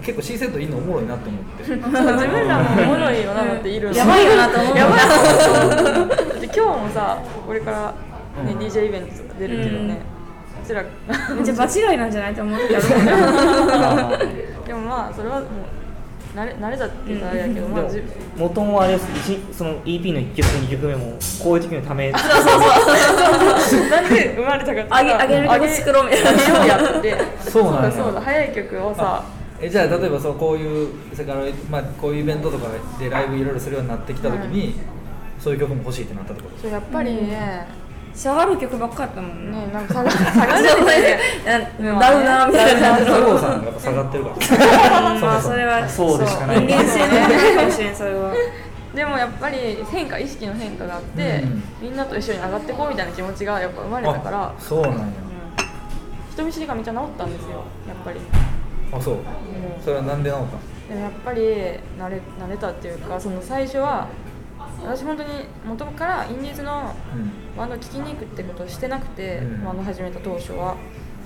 結構 C セットいいのおもろいなって思って
自分らもおもろいよなっているの
やばいよなと思う
やばいよなだって今日もさこれから、ね DJ イベントとか出るけどね、うちら (laughs)
(laughs) じゃあ場違いなんじゃないと思ってたけど (laughs)
でもまあそれはもう慣れ慣れだって言ったらあれやけど、まあ、
で
じ
も元もあれです一その EP の1曲目2曲目もこういう時のため
なんで生まれたかって
あげあげる曲作ろうみたいな
あげようやって
そうなんや
だそうだ早い曲をさ
えじゃあ例えばそうこういうセカロイ、まあ、こういうイベントとかでライブいろいろするようになってきた時に、そういう曲も欲しいってなったところ
そうやっぱりね、
下がる曲ばっかやったもんね
ねなんか探し探しててね
(laughs) なダウナーみたいな感じ
佐
の
藤さんがやっぱ下がってるから
まあそれは
そうでしかない
人間性の話かもしれんそれは
でもやっぱり変化意識の変化があって、みんなと一緒に上がっていこうみたいな気持ちがやっぱ生まれたから
あ、そうなんや
うん、人見知りがめっちゃ治ったんですよやっぱり
あそうそれはなんでなのか
でもやっぱり慣れ慣れたっていうかその最初は私本当に元からインディーズの
うん
バンドを聴きに行くってことをしてなくて、
うん
バンド始めた当初は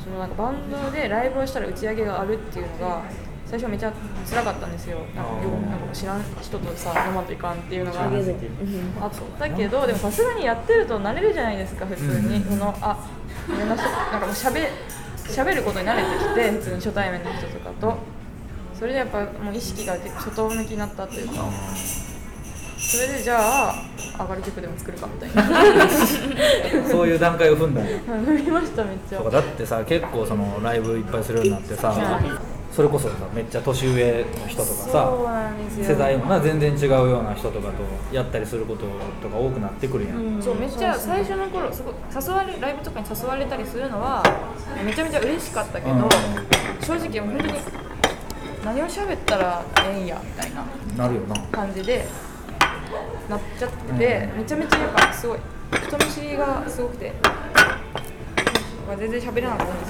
そのなんかバンドでライブをしたら打ち上げがあるっていうのが最初めちゃ辛かったんですよなんかよなんか知らん人とさ飲まんといかんっていうのがあったけどでもさすがにやってると慣れるじゃないですか普通に、
うん
そのあいろんな人なんかもうしゃべることに慣れてきて普通に初対面の人とかとそれでやっぱもう意識が外向きになったというかそれでじゃあ上がる曲でも作るかみたいな。
(laughs) そういう段階を踏んだんや
(laughs) 飲みましためっちゃ
とかだってさ結構そのライブいっぱいするようになってさそれこそさめっちゃ年上の人とか
そう
さ
なんですよ
世代もな全然違うような人とかとやったりすることとか多くなってくるやん、
そうめっちゃ最初の頃すごい誘われライブとかに誘われたりするのはめちゃめちゃ嬉しかったけど、
うん
正直もう本当に何を喋ったらええんやみたいな
なるよな
感じでなっちゃってて、めちゃめちゃやっぱすごい人見知りがすごくて全然喋れなかったんで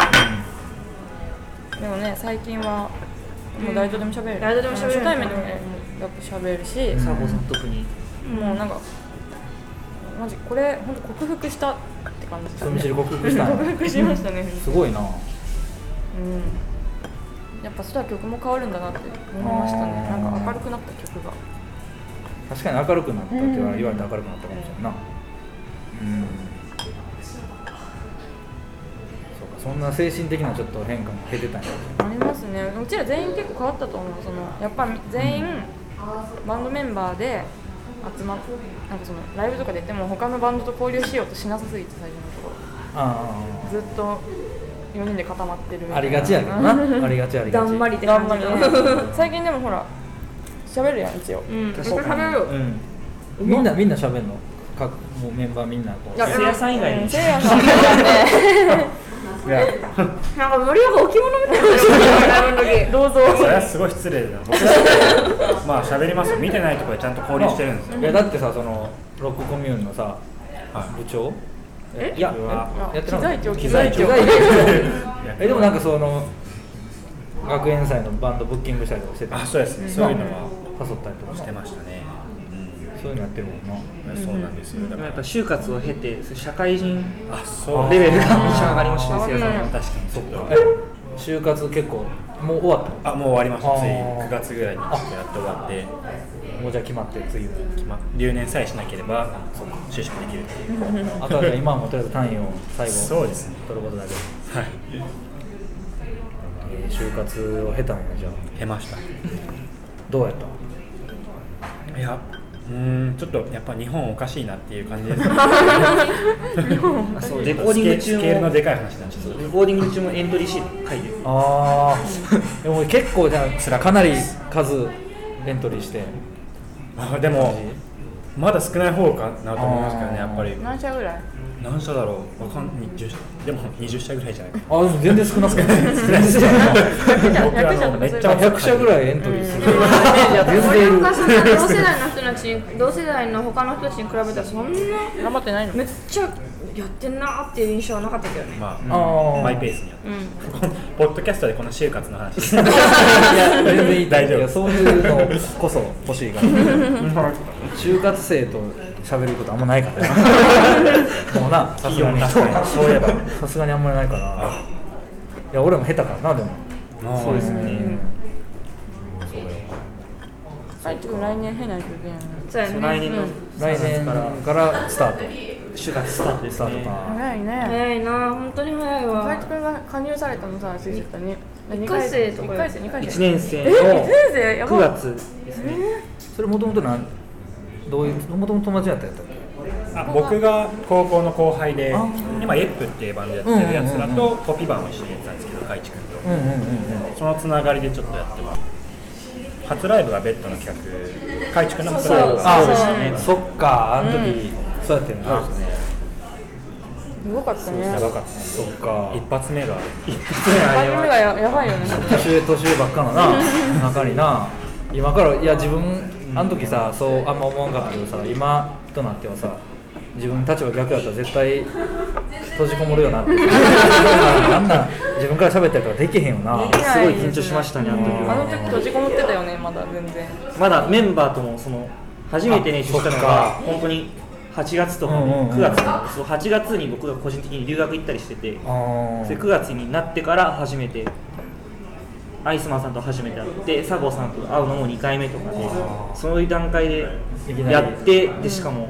すよでもね最近はもう誰とでも喋れる、
誰とでも喋れる
初対面でもねやっぱ喋るし、
サーボさん特に
もうなんかマジこれ本当克服したって感じです
人見
ね
知り克服したんや
克服しましたね
すごいな
うんやっぱそしたら曲も変わるんだなって思いましたね
あー
なんか明るくなった曲が
確かに明るくなったって言われ言われて明るくなったかもしれんなうんそうかそんな精神的なちょっと変化も経てたんや
ありますねうちら全員結構変わったと思うそのやっぱ全員バンドメンバーで集まっなんかそのライブとかで行っても他のバンドと交流しようとしなさすぎて最初のところ
あ
ずっと4人で固まってるみ
あ
たい
ありがちやけどなありがちありが
だ
ち
んまりって
頑
感じ
張
の
るね最近でもほら喋るやん一応
うん
確かに
喋るよ
うんみんなみんな喋んの各もうメンバーみんなこう
や
せいやさん以外に
せいやさんね
いや
なんか森岡置物みたいなライブの時
どうぞ
それはすごい失礼だな僕まあ喋りますよ見てないところでちゃんと交流してるんですよ
いやだってさそのロックコミューンのさ、部長えいや
うわ
えやってなかった
機材
機
長
材
機材長
長えでもなんかその学園祭のバンドブッキングしたりとかしてた
あそうですねそういうのは
誘ったりとか
し
してて
ましたね
そういうのやってるもんな
うんそうなんですよだ
で
か
もや
ら
っぱ就活を経て社会人
あそう
レベルがめちゃ上がりましたねせいやさ
確
ん
かにそっか
え就活結構もう終わっ
あもう終わりまし
あ
た
ー
つい9月ぐらいにやっと終わって
たもうじゃあ決まって次の
まあ留年さえしなければそうか就職できるっていう
あとはじゃあ今はもうとりあえず単位を最後
そうですね
取ることだけ、
はい
えー就活を経たんやじゃあ
減ました
どうやった
いやうーんちょっとやっぱ日本おかしいなっていう感じですね
あそうレコーディング中
スケールの
も
でかい話なんですけど
レコーディング中もエントリーシート書いてる
ああでも結構じゃあかなり数エントリーして
あでもまだ少ない方かなと思いますけどね
あー
やっぱり
何社ぐらい
何社だろうわかん20社でも20社ぐらいじゃないか
あでも全然少なくない全然
僕あのめっち
(laughs)
ゃ
100社ぐらいエントリーする
森岡さんが同世代の人たちに同世代の他の人たちに比べたらそんな
頑張ってないの
めっちゃやってんなーっていう印象はなかったけどね
ま
あー
あマイペースにやって
うん
るポッドキャストでこの就活の話
いや全然いい
大丈夫
いやそういうのこそ欲しいから
(laughs)
就活生と喋ることあんまないからなもうなさすがに
確かに
そういえばさすがにあんまりないからいや俺も下手からなでも
そうですね
うん
最近来年変な曲やん
そうやね
来年の
来年からスタート
就活スタートです
スタート
ね
か
早いね
早いな本当に早い
海
わ
くんが加入されたのさついてたね
一回生とか
1回生2回
1
生
年生の
1年生や
9
ば
月ですね
それもともとなんどういうもともと友達だったやったっけ
あ僕が高校の後輩で
あ
今エップっていうバンドやってるやつら
うんうんう
とコピーバンを一緒にやってたんですけど海地君と
うんうんうんうん
そのつながりでちょっとやってます初ライブがベッドの企画海地君の初ライブ
あ
が
そうそう
あそっかあの時、そうやってんな、
すごかったね
やばかったね
そっか
一発目が
番組がややばいよね
年上年上ばっかのな中にな今からいや自分あの時さそうあんま思わんかったけどさ今となってはさ自分立場逆だったら絶対閉じこもるよ (laughs) なってあんなん自分から喋ったりとかできへんよな
できないです
すごい緊張しましたねあの時は
うんあの時閉じこもってたよねまだ全然
まだメンバーともその初めて練習したのが
あそっか
本当に8月とか
うんうんうん
9月とかそう8月に僕が個人的に留学行ったりしてて
あー
それ9月になってから初めてアイスマンさんと初めて会って佐合さんと会うのも2回目とかでそういう段階で
いきなり
やってでしかも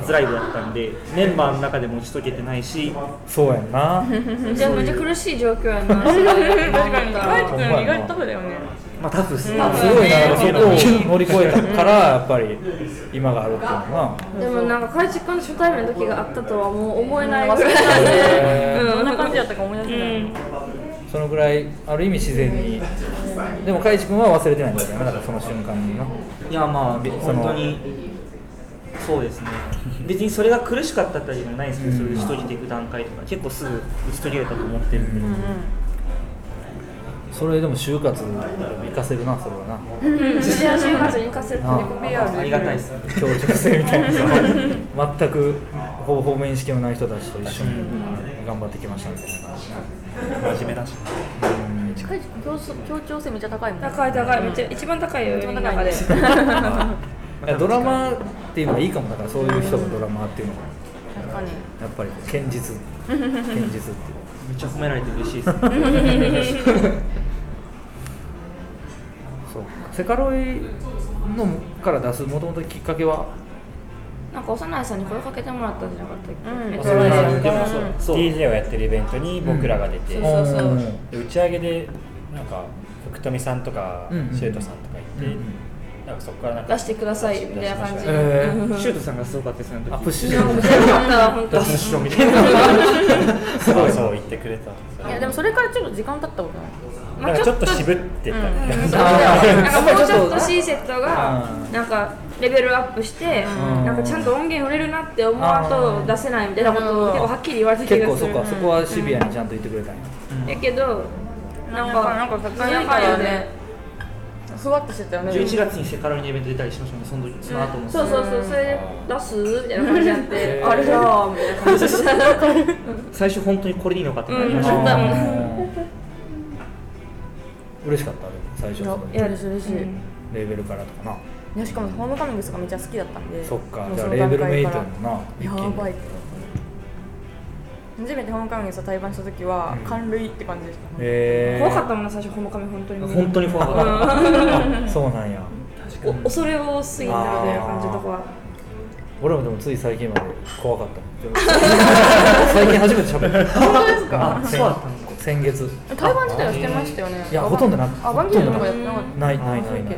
初ライブだったんでメンバーの中でも打ち解けてないし
そうやんな
じゃあめっちゃ苦しい状況やな
確かに
なんか
海くん意外とタフだよね
まあタフっすね
うん
すごいなそ
そういう
こ
のも
を乗り越えたからやっぱり今があるっていうのは
でもなんか海地君の初対面の時があったとはもう思えない
忘
ぐら
れ
い
てた
へ
ね
ー
うんどんな感じだったか思い出せない
なそのぐらいある意味自然にでも海地君は忘れてないんだよねだからその瞬間にない
やまあべ
その
本当にそうですね別にそれが苦しかったったりもないんですけど、それを打ち解けていく段階とか結構すぐ打ち解けたと思ってるんで、
それでも就活行かせるなそれはな
自信の就活に行かせて
あ
ね
ありがたいですね
協調性みたいな (laughs) さ全く方方面意識のない人たちと一緒に頑張ってきましたみたいな
真面目だし
近い協調協調性めっちゃ高いもんね
高い高いめっちゃ一番高いよ世の中で
いやドラマっていうのはいいかもだからそういう人がドラマっていうのが
確かに
やっぱりこう堅実堅実っていう
めっちゃ褒められて
(laughs)
嬉しいですね
そうかセカロイのから出すもともときっかけは
なんか幼いさんに声かけてもらったんじゃなかったっけ、
うん
めっちゃ
幼いさん
でもそうそう
DJ をやってるイベントに僕らが出て、
うんそうそうそうん
で打ち上げでなんか福富さんとか、
うんうん
シュートさんとか行って、
うん
なんかそこからなんか
出してくださいみたいな感じ
出しましたね
えー
シュートさんがすごかったですねあの時
あプッシュ
本当
ダッシュみたいな
すごい (laughs) そう言ってくれたんですよ
いやでもそれからちょっと時間経ったことない
なんかちょっと渋ってた、
うん
うんそうなんかもうちょっとシーセットが
うん
なんかレベルアップして
うん
なんかちゃんと音源売れるなって思わんと出せないみたいなことを結構はっきり言われた気
結構
がす
そ
る
こはそこはシビアにちゃんと言ってくれたんや
やけどなんか
なんか高い
なんかよね
ふわっとしてたよね
11月にセカロニのイベント出たりしましたもんねその時その後も
そうそうそうそれで出すみたいな感じになってあれじゃあみたいな感じでした
最初本当にこれでいいのかってなりまし
う
た、
ん
あー嬉しかったでも最初
い
の
やいやです嬉しい、
レーベルからとかない
やしかもホームカミングスがめっちゃ好きだったんで
そっか
もう
じゃあ
の
レーベル
段
メ
階
イ
か
ト
ら
やもんな一気に
やばい初めてホームカミングスと対バンした時は
うん
寒類って感じでした、
え
怖かったもんな最初ほんまかみ本当に
本当に怖かった
たあそうなんや
お恐れ多すぎたみたいな感じとかは
俺もでもつい最近まで怖か
(laughs)
ったもん最近初めて喋った
本当ですか
あ
そうだったん
先月
対バン自体はしてましたよね
いやほとんどなく
あバンキーとかやってなかった
ないないないない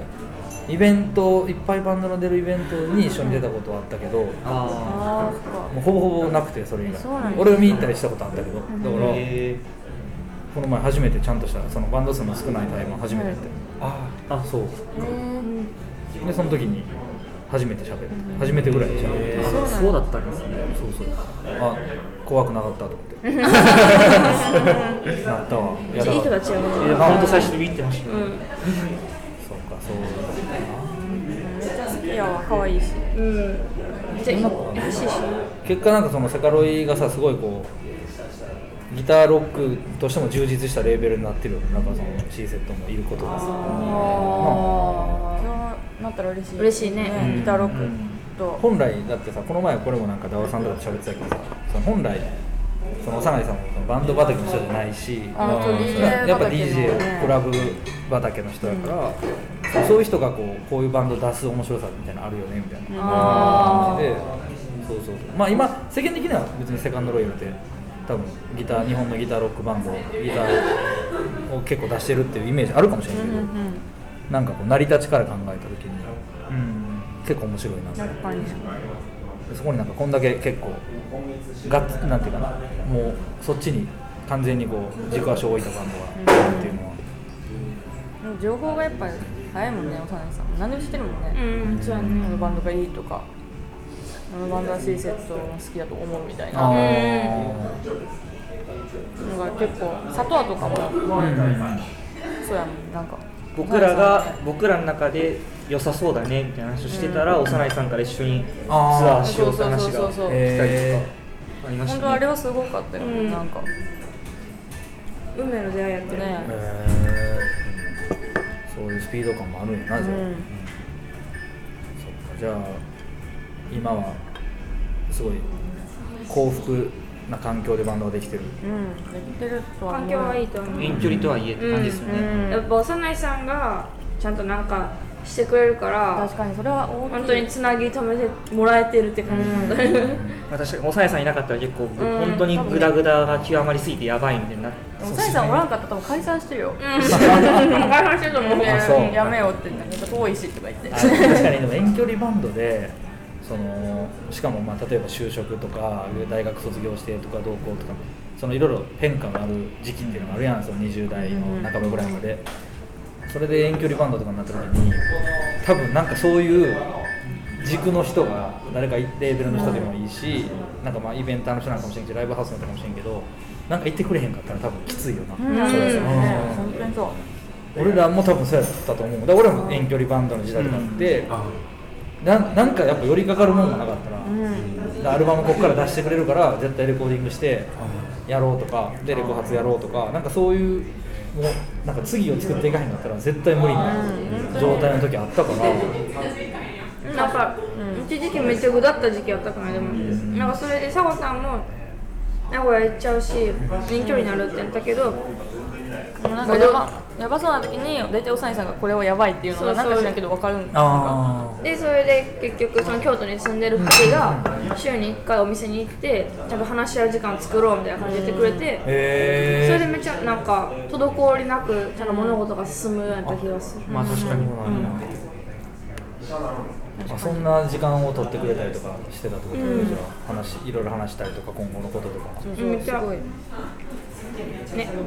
イベントいっぱいバンドの出るイベントに一緒に出たことはあったけど、
ああ
ああそっか
もうほぼほぼなくてそれ以
そうな
外
んですね
俺を見に行ったりしたことあったけどだから
へえ
この前初めてちゃんとしたそのバンド数の少ない対バン初めてやって
あ
あそう
えー
でその時に初めて喋って初めてぐらいで喋って
ーそうだったんですね
そうそうあ怖くなかったと思って
(laughs)
なったわい
めっちゃいい人たちやもん
いや本当最初にビビってましたね
そうかそう
めっちゃ好きやわ可愛いし
うんめっちゃいい優しいし
結果なんかそのセカロイがさすごいこうギターロックとしても充実したレーベルになってるよねなんかそのシーセットもいることがさ
ああそれはなったら嬉しい
嬉しいね
ねギターロックと
本来だってさこの前これもなんかダオさんとかと喋ってたけどさその本来その長井さんもそのバンド畑の人じゃないし
あ本当
うん
DJ
やっぱ
畑の
DJ クラブ畑の人だから、そういう人がこうこういうバンド出す面白さみたいなのあるよねみたいな
あ
でそうそうまあ今世間的には別にセカンドロイヤルって多分ギター日本のギターロックバンドギターを結構出してるっていうイメージあるかもしれないけど、なんかこう成り立ちから考えた時に、うん、結構面白いな
あやっぱり
そこになんかこんだけ結構ガッツなんていうかなもうそっちに完全にこう軸足を置いたバンドがあるっていうのは
でも情報がやっぱり早いもんね幼いさん何でも知ってるもんね、
うんそうやね
このバンドがいいとかこのバンドらしいセットも好きだと思うみたいな
あ
の
ー
が結構佐藤とかも
うん
そうやもんなんか
僕らが僕らの中で良さそうだねみたいな話をしてたら、幼いさんから一緒にツアーしようって話が来たり
そうそうそうそう
とか
え
ありまし
本
た
当あ
ね
れはすごかったよね、
うん
なんかね
運命の出会いやってるね
ーえーそういうスピード感もあるんやなじゃあ、
う
そっ
ん
かじゃあ今はすごい幸福な環境でバンドができてる
うんできてるとは
環
思う
境はいいと思う
遠距離とはいえって感じですよね、
うん
やっぱ幼いさんがちゃんとなんかしてくれるから
確かにそれは大きい
本当につなぎ止めてもらえてるって感じなんだ (laughs) よね
まあ確かに幼いさんいなかったら結構、
ん
本当にグダグダが極まりすぎてやばいみたいにな
でもサイさんおらんかったら多分解散してるよ、
うん (laughs) 会話してると思う
あそう
やめようって言ってめっちゃ遠いしとか言って
あ確かにでも遠距離バンドでそのしかもまあ例えば就職とか大学卒業してとかどうこうとかそのいろいろ変化がある時期っていうのがあるやんその20代の半ばぐらいまでそれで遠距離バンドとかになった時に多分なんかそういう軸の人が誰かいレーベルの人でもいいしなんかまあイベンターの人なのかもしれんけどライブハウスの人かもしれんけどなんか行ってくれへんかったら多分きついよな、
うんそうですよね
うん
本当にそう
俺らも多分そうやったと思うだから俺も遠距離バンドの時代とかあって、ななんかやっぱ寄りかかるもんがなかったら,、アルバムここから出してくれるから絶対レコーディングしてやろうとかでレコ発やろうとかなんかそういうもうなんか次を作っていかへんかったら絶対無理な状態の時あったから、
なんか、一時期めっちゃ具だった時期あったからでも、なんかそれで佐護さんも名古屋行っちゃうし遠距離になるって言ったけど
でもなんかやばやばそうな時に大体おさいさんがこれはやばいっていうの
そ
が
う
な
そ
ん
う
か知らんけど分かるんです
あ
でそれで結局その京都に住んでる2人が週に1回お店に行ってちゃんと話し合う時間作ろうみたいな感じで言ってくれて、
へ
それで
え
めっちゃなんか滞りなくちゃんと物事が進むようになった気がする、
まあ確かに、まあ、そんな時間を取ってくれたりとかしてたってことで、じゃあ話いろいろ話したりとか今後のこととか、
めっちゃ
ごい
ね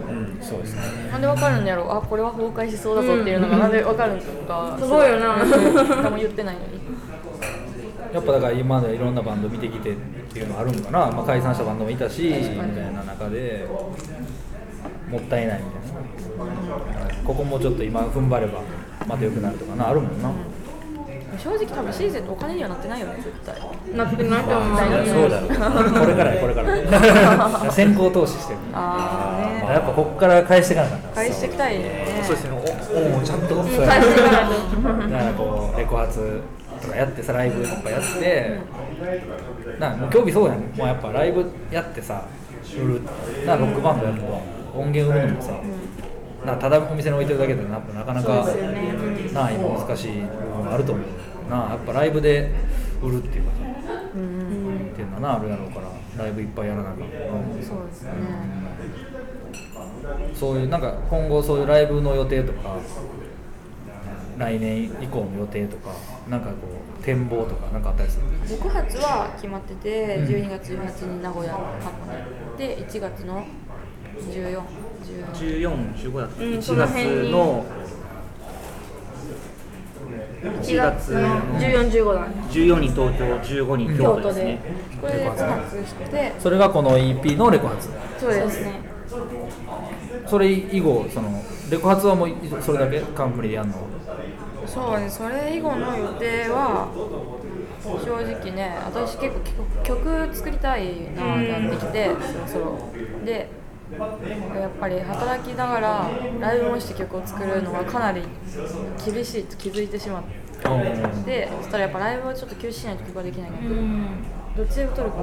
うん、そうですね。
なんで分かるんやろあこれは崩壊しそうだぞっていうのがなんで分かるんですか
すごいよな
何も言ってないのに
やっぱだから今までいろんなバンド見てきてっていうのはあるんかな、まあ、解散したバンドもいたしみたいな中でもったいないみたいなここもちょっと今踏ん張ればまた良くなるとかなあるもんな、
正直多分シーズンってお金にはなってないよね絶対
なってないと思う
あ
そうだろこれからやこれか
(laughs)
ら先行投資してる
ああね
やっぱこっから返していかなかった
返していきたいね
そうですねお恩をちゃんと
そう
返していかないと
だからこうレコ発とかやってさライブとかやってなんかもう競技そうやんもうやっぱライブやってさ売るなロックバンドやっぱ音源売るのもさ、なんかただお店に置いてるだけでななかなか、なあ今難しい部分があると思うなあやっぱライブで売るっていうこと、っていうのはなあるやろうからライブいっぱいやらなあかんからな
そうですね
そういうなんか今後そういうライブの予定とか来年以降の予定とかなんかこう展望とかなんかあったりする
僕発は決まってて12月18日に名古屋過去で1月の1414
1415だった、
うんそ
1
の辺
月
に
の
1
1
月
月
の
の
1415だね
14に東京15に京
京
都
都
です
で
ね
これで告発して
それがこの EP のレコ発
そうですね
それ以後そのレコ発はもうそれだけ冠でやるの
そうねそれ以後の予定は正直ね私結構曲曲作りたいなってなってきてそろそろでやっぱり働きながらライブもして曲を作るのはかなり厳しいと気づいてしまってそしたらやっぱライブはちょっと休止しないと曲ができないので、どっちで取るか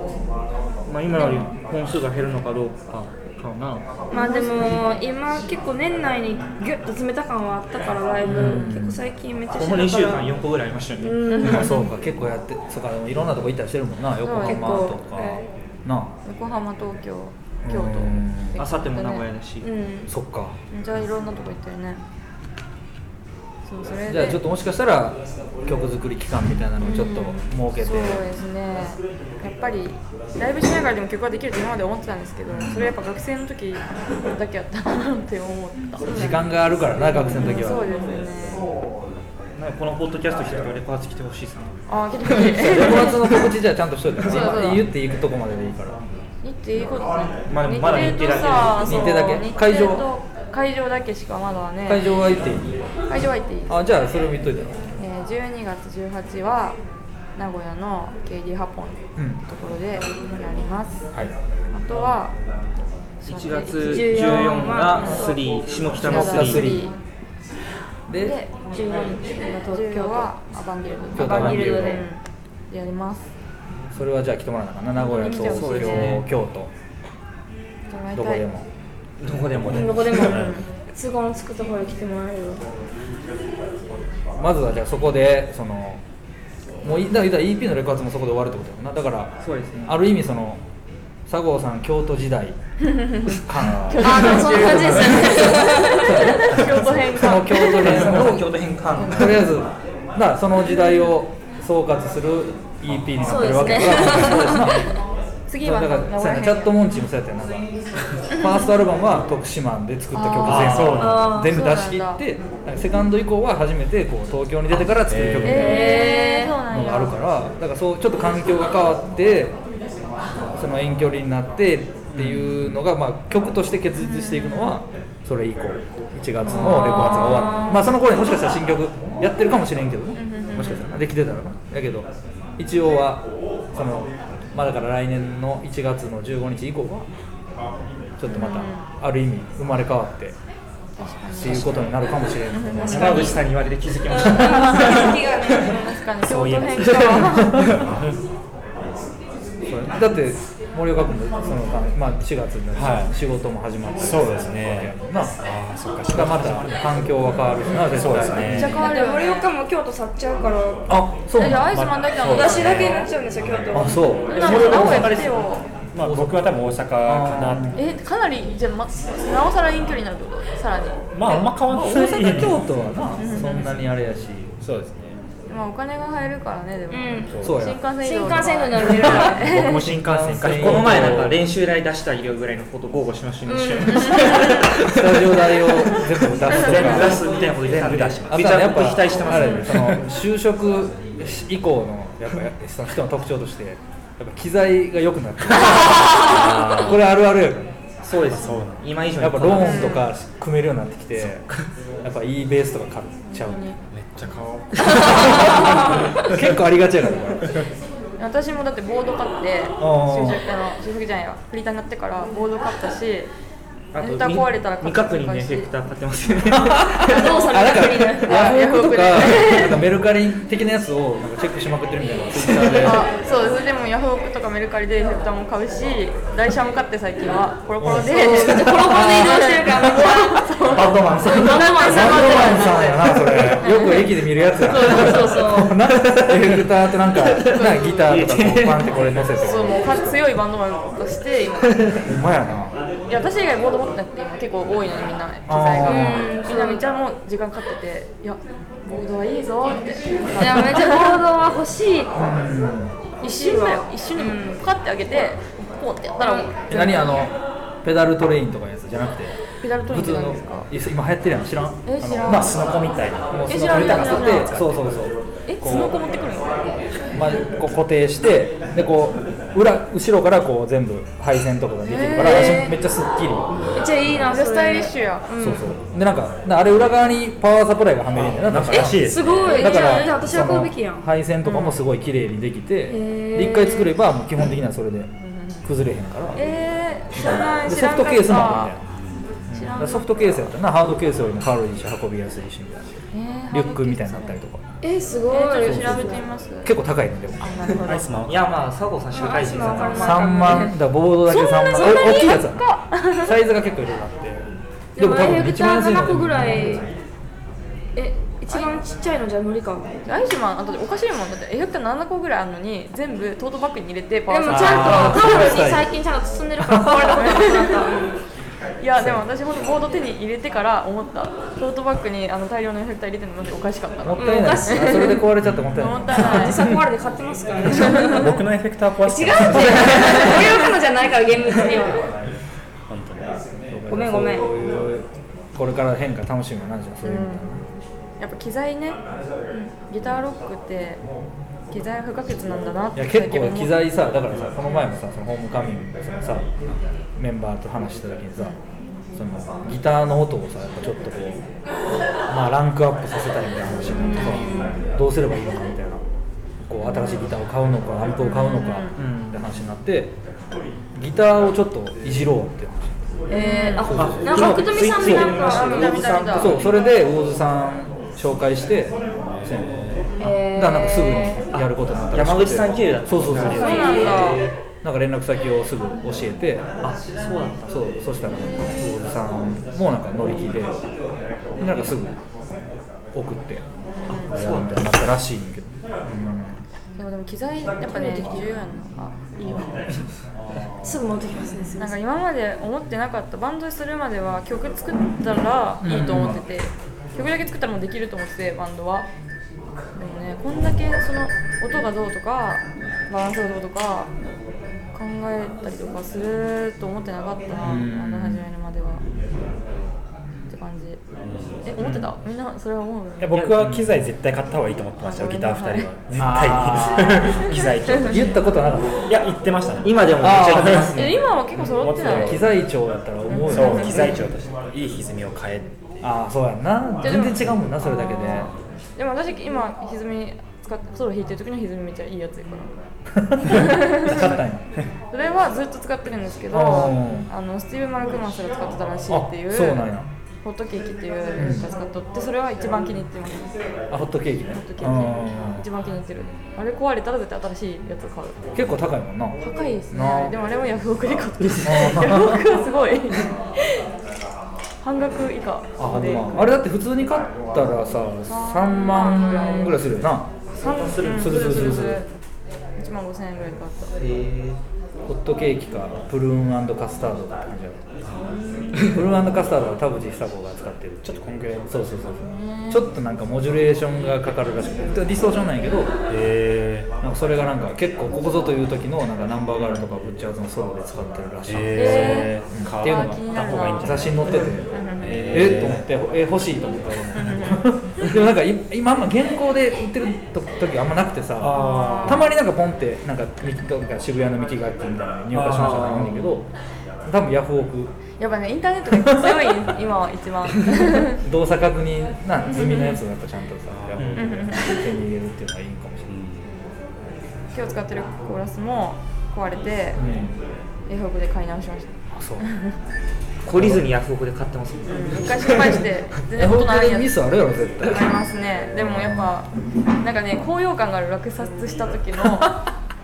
まあ今より本数が減るのかどうかかな
まあでも今結構年内にギュッと詰めた感はあったからライブ結構最近めっちゃ
こ
して
の2週
たか
間
ら
4個ぐらいありましたよね、
あそうか結構やってそうかでもいろんなとこ行ったりしてるもんな横浜と
結
か
構え
なあ
横浜東京京都
うん
あさっても名古屋だし、
うん
そっか
めっちゃいろんなとこ行ってるねそうそれで
じゃあちょっともしかしたら曲作り期間みたいなのをちょっと設け
そ
て、
うですねやっぱりライブしながらでも曲ができるって今まで思ってたんですけどそれやっぱ学生の時だけやったなって思った
時間があるからな学生の時は
そうですね
なんかこのポッドキャスト来たからレパート来てほしいですね
あー、来
(laughs)
てくれ
レコ発の告知じゃあちゃんとしといて
そうそう
今言っていくとこまででいいから
日程いいこと
まあでもまだ日程だけ
さ
日程だけ
そう日程
会場
と会場だけしかまだね
会場は行っていい
会場は行っていい
あじゃあそれを言っといたら
えー12月18日は名古屋の KD ハポン
う
の
ん
ところでやります、
はい
あとは
1月14がスリー下北のスリー
リー
で
で14日の東京はアバンギルド
アバンギルドで
うんやります
それはじゃあ来てもらわなあかんな名古屋と
そう
東
です
京
ね
京都
ど
どこ
こ
でも
どこでもね
どこでも都合のつくところに来てもらえるよ
まずはじゃあそこでそのもういだから言ったら EP のレコ発もそこで終わるってことやもんなだから
そうですね
ある意味その佐合さん京都時代感
(laughs) あーでもそんな感じ (laughs) ですよね京都編
その
か
京都編
東
を
京都変換
(laughs) とりあえずだからその時代を総括する EP になってるわけだ
そうですね
から
次は
だ
名
から
古
そうやな
屋編
チャットモンチーもそうやったよなんかファーストアルバムは徳島で作った曲
あーそうなん
だ
全部全部出し切ってなんかセカンド以降は初めてこう東京に出てから作る曲みたいな
えー、そうな
の
ん
がある
や
からだからそうちょっと環境が変わってその遠距離になってっていうのが、まあ、曲として結実していくのはそれ以降1月のレコ発が終わるまあその頃にもしかしたら新曲やってるかもしれんけどねもしかしたらできてたらなだけど一応はそのまあだから来年の1月の15日以降はちょっとまたある意味生まれ変わってっていうことになるかもしれない
山口さんに言われて気づきました
確かに京
そ
都
ういえば
編か
だって森岡君もそのため、まあ、4月になって、
はい
仕事も始まって
そうですね
まあ
ああそっか
だからまた環境は変わるしな絶対
そうです
めっちゃ変
ね
だ
わ
っ
る
て
よ
森
ね
岡も京都去っちゃうから
あそう
じゃあア
な
イ
ん
ス
だ
マンだけなの
私だけになっちゃうんですよ京都
あそう
なんか名古屋来てよ
まあ僕は多分大阪かなって
えかなりじゃあ、ま、なおさら遠距離になるってことさらに
まああんま変わん
まあ
な
大
い
阪京都はなそんなにあれやし
そうですね
まあお金が入るからねでも、
うん
そうや
新幹線移
新
動
幹線の
な
乗れるからね
僕も新幹線か
うん
この前なんか練習代出した医療ぐらいのことを豪語しましたね一緒に
スタジオ代を全部出すとか
全部出すみたいなこと言ってたんで
あ
め
と
ち
はやっ
ゃくち
ぱ
ゃ期待してま
あ
す
れその就職以降のやっぱその人の特徴としてやっぱ機材が良くなってるこれあるあるやから
そうです今以上に
やっぱローンとか組めるようになってきて、やっぱいいベースとか買っちゃう、
めっちゃ顔
(laughs) 結構ありがちやからこれ
私もだってボード買って就
ー
職あの就職じゃないわフリーターになってからボード買ったしエ
あ
フェ
と
クター壊れたら
未
買
確
っ
認
た
ねエフェクター買ってますよね
動作
あだ
の
か
確認
らヤフオクとか
ヤ
なんかメルカリ的なやつをなんかチェックしまくってるみたいなツイッターで
(laughs) あそうそれでもヤフオクとかメルカリでエフェクターも買うし台車も買って最近はコロコロでコロ (laughs) コロで移動
してるか
(laughs)
ら
バッドマンさんバッドマンさんやなそ (laughs) れよく駅で見るやつや
そうそうそう
なエフェクターってなんかなギターとかこうパンってこれ乗せて
そう
ほ
もうか強いバンドマンとして今
んまやない
や私以外ボード持ってなくて今結構多いのにみんな機材が
あ
ー
みんなめっちゃもう時間かかってて「いやボードはいいぞ」って
いやめっちゃボードは欲しい
一瞬だよ一瞬でもパカッて上げてこうってやったらもう
え何あのペダルトレインとかのやつじゃなくて
ペダル取
普
り
通
に行な
の
んですか
いや今流行ってるやん知らん
え知らん
まあスノコみたいな
もう
え
その取りたかった
知らん
てそうそうそう
えスノコ持ってくるの
まあ、こう固定してでこう裏後ろからこう全部配線とかができるから、
へー
私めっちゃすっきり、
めっちゃいいな
めっちゃ
ス
スタ
タ
イ
イ
リ
リッ
ッ
シ
シュや
そうそうでなんかなあれ裏側にパワーサプライがはめれんねんな
な
だ
んかららしいで
ュ
す
すごい
だ
じ
か
ゃあ
ら
じゃあ私は
そ
買う
の
べきやん
配線とかもすごい綺麗にできて、
ー
で1回作ればもう基本的にはそれで崩れへんから、
え
知らない
で
知
ソ
ら
フ
ん
ト
かった
ケースもあるみ
知
たいなだ
らんから
か
った
ソフトケースやったらなハードケースよりも軽いし運びやすいしみたい
ー、え
なリュックみたいになったりとか
えすごい
え
そう
ちょっと調べてみます
結構高いねでも
あなるほど
アイスマン
いやまあ佐藤さん社会人だか
あ
ら
まあ
3万だボードだけ3万
そんなそんなに
お大きいやつだサイズが結構いろいろあって
でもエフェクター
い
7個ぐら
い
いえ一番ちっちゃいのじゃ無理かもで
アイシュマンあとおかしいもんだってエフェクター7個ぐらいあるのに全部トートバッグに入れてパ
も
ワ
ち
ーサプラ
ゃ
イ
ん
あー
とタオルに最近ちゃんと包んでるから壊れたことなくな
(laughs)
っ
いやでも私ほんとボード手に入れてから思ったトートバッグにあの大量のエフェクター入れてるのマジおかしかったな
もっ
も
たいないそれで壊れちゃってもったいない
ったい
た
ない
実際壊れて買ってますからね違う
僕のエフェクター壊し
って
た
こういうのじゃないから厳密には
本当に
ごめんごめん
そういうこれから変化楽しみは何じゃんそういうみたいな
やっぱ機材ね、うんギターロックって機材不可欠なんだなっ
い
て
や結構
思う
機材さだからさこの前もさそのホームカミングでそのさメンバーと話した時にさそのギターの音をさやっぱちょっとこうまあランクアップさせたいみたいな話になってさどうすればいいのかみたいなこう新しいギターを買うのかアンプを買うのかって話になってギターをちょっといじろうって話
えー、あ
そう
なんか福富さんもなんか見た見た見た
そうそれで魚津さん紹介してそう
えー
だからなんかすぐにやることになったらしくて
山口さん経由だった
そうそうそう
そうなんだ
なんか連絡先をすぐ教えて
あそうだった
そうそしたら魚津さんもなんか乗り気でなんかすぐ送ってやるみたいになったらしいんだけど、
でもでも機材やっぱね重要やんな
すぐ持ってきますねすい
な
ま
ん
せ
か
ん
今まで思ってなかったバンドするまでは曲作ったらいいと思ってて、曲だけ作ったらもうできると思っててバンドはでもねこんだけその音がどうとかバランスがどうとか考えたりとかすると思ってなかったなバ
うん
ンド始めるまではって感じえ思ってたみんなそれは思う
いや僕は機材絶対買った方がいいと思ってましたよギター2人は絶
(laughs)
対に機材
う
と
ん、言ったことなかっ
(laughs) いや言ってましたね
今でもめっちゃやってます
え今は結構揃ってな
た
い
機材長だったら思うよ
そう機材長としていい歪みを変え
ああそうやんな全然違うもんなそれだけで
でも私今歪み使ってソロ弾いてる時の歪みめっちゃいいやつやから
(laughs) 使ったんや
それはずっと使ってるんですけど
うん
あのスティーブ・マルクマンスが使ってたらしいっていう
あそうなんや
ホットケーキっていうやつが使っとってそれは一番気に入ってます
あホットケーキね
ホットケ
う
ーキ
ん
一番気に入ってるあれ壊れたら絶対新しいやつ買う
結構高いもんな
高いです
な
ね
あ
でもあれもヤフオクで買ってるし
あ
ヤフオクはすごい半額以下
あほん
で
まあれだって普通に買ったらさ3万ぐらいするよな
3す
するするするする
1万5000円ぐらいで買った
ホットケーキかプルーンカスタードって感じやろプルーンカスタードは田淵久子が使ってるちょっとこんぐらいそうそうそうそうちょっとなんかモジュレーションがかかるらしくてディストーションなんやけど
へ
なんかそれがなんか結構ここぞという時のなんかナンバーガールとかブッチャーズのソロで使ってるらしい、
えー
っ
買
ていうう
の
の
が
が
あ
あ
っ
ったた方
方が
が
い
いい
いん
ん
じ
じ
ゃ
ゃ
な
雑
い
誌に載っててえっと思ってえ欲しいと思った俺もでもなんかい今あんま原稿で売ってると時あんまなくてさ
あー
たまになんかポンってなんかみなんか渋谷の幹楽器みたいなのに入荷しましたとか言うんだけど多分ヤフオク
やっぱねインターネットが強いんです
(laughs)
今は一番
動作確認な済みのやつをやっぱちゃんとさヤフオクで手に入れるっていうのはいいかもし
今日使ってるコーラスも壊れて
れない、うん、
ヤフオクで買い直しました
あそう
懲りずにヤフオクで買ってますもんね
一回失
(laughs)
敗して全
ヤ
然
フオ
大
ク
人
で
に
ミ
やつ
スあるやろ絶対
ありますねでもやっぱなんかね高揚感がある落札した時の
(laughs)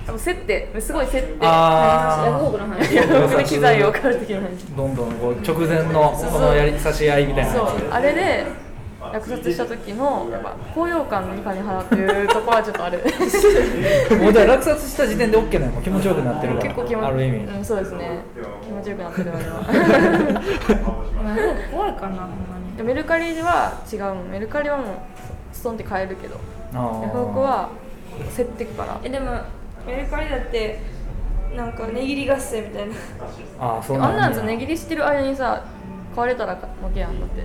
でも競ってすごい競って
あー
ヤフオクの話ヤフオクで機材を買う時の話
どんどんこう直前のこのやり差し合いみたいなやつ
そうあれで落札した時のやっぱ高揚感に金払うっていうとこはちょっとある
もうじゃあ落札した時点で OK なのもう気持ちよくなってるから
結構気持ち
ある意味、
うん、そうですね気持ちよくなってるあれは
怖いかなほんまに
メルカリは違うもんメルカリはもうストンって買えるけど
あ
ヤフオクは競ってくから
えでもメルカリだってなんか値切り合戦みたいな
ああそう
あんなん
や
ず値切りしてる間にさ買われたら負けやんだって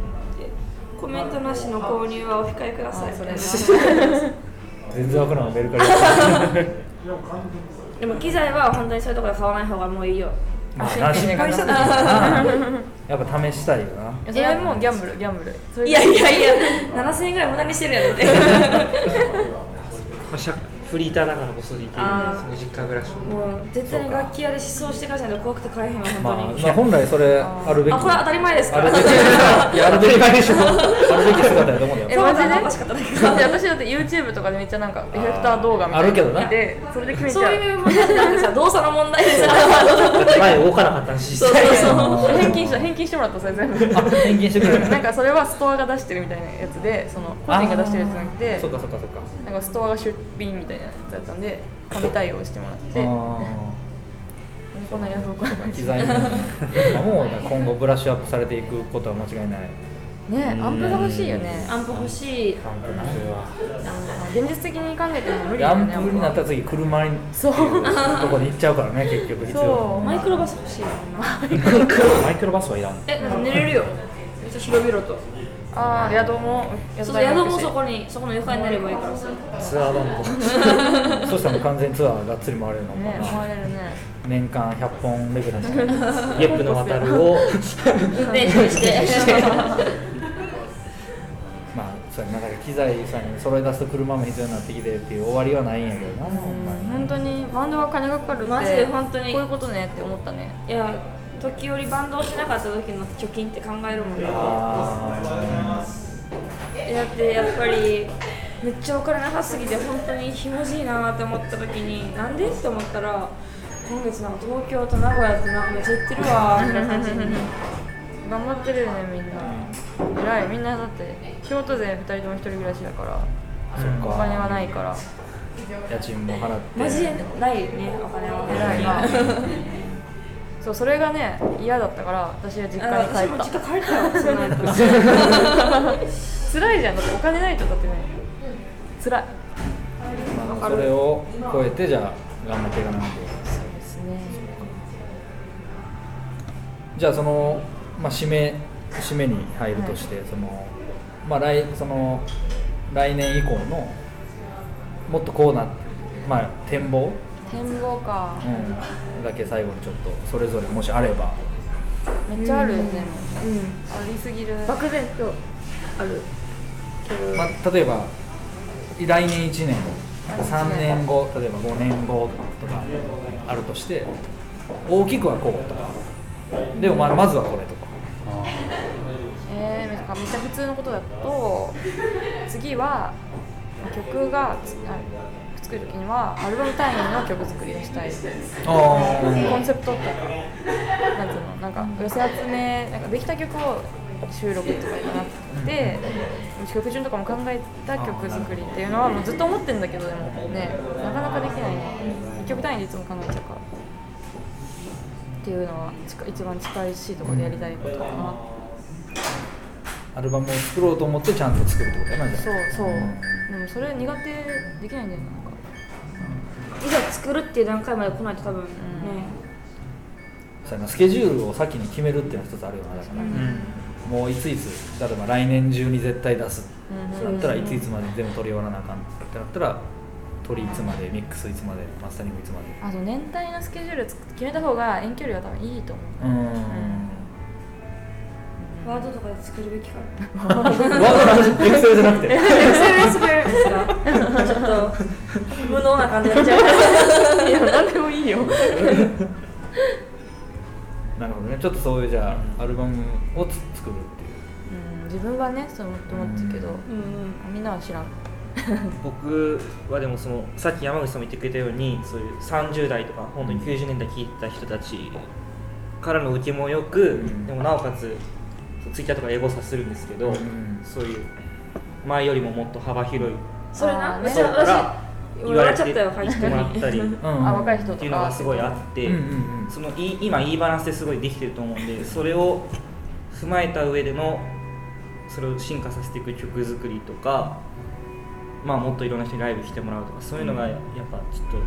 コメントなしの購入はお控えくださいみたいな
全然わからんメルカリは
でも機材は本当にそういうところで買わない方がもういいよ
まあな失敗した時はなやっぱ試したいよな
それもうギャンブルギャンブルそれ
いやいやいや7000円ぐらい無駄にしてる (laughs) やんって
まあしゃフリーターだからこそできるそ
あー
の実家暮らしも
もう絶対に楽器屋で思想してからじゃないと怖くて買えへんわ
まあ
本当に、
まあ本来それあるべき
あこれ当たり前ですか
あ
ら
るべ
(laughs)
きいやあるべきでしょあるべき姿やと思うんだ
え
よ
マ
マ
ジ
ジ
で
で
私だって YouTube とかでめっちゃなんかエフェクター動画みた
ある
いなの
けどな
見てそれで決めち
そう
ゃう
いう問題じゃなくてさ動作の問題 (laughs) ですよ
前動かなかったし
(laughs) そうそうそう
返金した返金してもらったそれ全
(laughs) (laughs)
部
あ返金してくれる
なんかそれはストアが出してるみたいなやつでその個人が出してるやつじゃなくて
そっかそっかそっか
なんかストアが出品みたいなやつだったんで紙対応してもらって
あ
こんなヤフオク
あ機材もまあもう今後ブラッシュアップされていくことは間違いない
ねアンプが欲しいよね
アンプ欲しい
アン (laughs) プなそれは
現実的に考えても無理だ
ラ
よ
ン
ね
プになったら次車に
そう
とこで行っちゃうからね結局必要
そう
マイクロバス欲しいもんな
マイクロバスはいらん
えなんか寝れるよめっちゃ広々と
ああ宿も
そ
宿
うそう
代
宿
も
もそこにそこの床になればいいからさ
ツアーバンド (laughs) そしたらもう完全にツアーがっつり回れるのか
ね
な、
回れるね
年間100本レベルにして
イエップの渡るを
練習して
まあそうやなんか機材さんに揃え出すと車も必要になってきてっていう終わりはないんやけどな、ほんまに
(laughs) 本当にバンドは金がかかるって
マジで本当に
こういうことねって思ったね
いや時折バンドをしなかった時の貯金って考えるもんね
あ
えだってやっぱりめっちゃお金なさすぎて本当にひもじいなって思った時になんでって思ったら今月なんか東京と名古屋となんかめっちゃ行ってるわみたいな感じに
頑張ってるよねみんな偉いみんなだって京都勢2人とも1人暮らしだから
あそっ
お金は
か
ないから
家賃も払って
マジでないよねお金は
偉いなそうそれがね嫌だったから私は実
あ
家
私
に帰っ
も
た
実家帰ったよそうなると
辛いじゃんだってお金ないとだってね辛い
まあそれを超えてじゃあ頑張っていかないと
そうですね
じゃあその、まあ、締め締めに入るとして、そのまあ来その来年以降のもっとこうなまあ展望、
展望か
うん、だけ最後にちょっとそれぞれもしあれば
めっちゃあるよね
うん
ありすぎる
漠然とあるけど
まあ、例えば来年1年後3年後例えば5年後とかあるとして大きくはこうとかでもまあまずはこれとか
えー、なんかめっちゃ普通のことだと次は曲がつあ作る時にはアルバム単位の曲作りをしたいですコンセプトとかなんつうのなんか寄せ集めなんかできた曲を収録とかじゃなくて曲順とかも考えた曲作りっていうのはもうずっと思ってるんだけどでもねなかなかできないね1曲単位でいつも考えちゃうからっていうのは近一番近いしところでやりたいことかな
アルバムを作ろうと思ってちゃんと作るってことやなじゃあ
そうそうでもそれ苦手できないんだよなんか
いざ作るっていう段階まで来ないと多分ね、
そうやなスケジュールを先に決めるっていうのは一つあるよなだから、もういついつ例えば来年中に絶対出す
うん
それだったらいついつまで全部取り終わらなあかんってなったら取りいつまでミックスいつまでマスタリングいつまで
あと年単位のスケジュールつ決めた方が遠距離は多分いいと思う
うーん
ワードとかで作るべきかな
エクセルじゃなくて
それはすごいですかちょっと無能な感じになっちゃう
いや何でもいいよ
なるほどねちょっとそういうじゃあアルバムをつ作るっていう
うん自分はねそう思って思ってるけど
うんうん
みんなは知らん
僕はでもそのさっき山口さんも言ってくれたようにそういう30代とか本当に90年代聴いてた人たちからの受けもよく、
ん
でもなおかつそうツイッターとかでエゴサするんですけど、
うん
そういう前よりももっちょっと幅広い
それな
あー
私
人から
私
言わ
笑
れ
っちゃったよ
てもらったりっ
うん
あ若い人とか
ていうのがすごいあって、
うんうんうん
そのいい今いいバランスですごいできてると思うんでそれを踏まえた上でのそれを進化させていく曲作りとか、まあ、もっといろんな人にライブ来てもらうとかそういうのがやっぱちょっと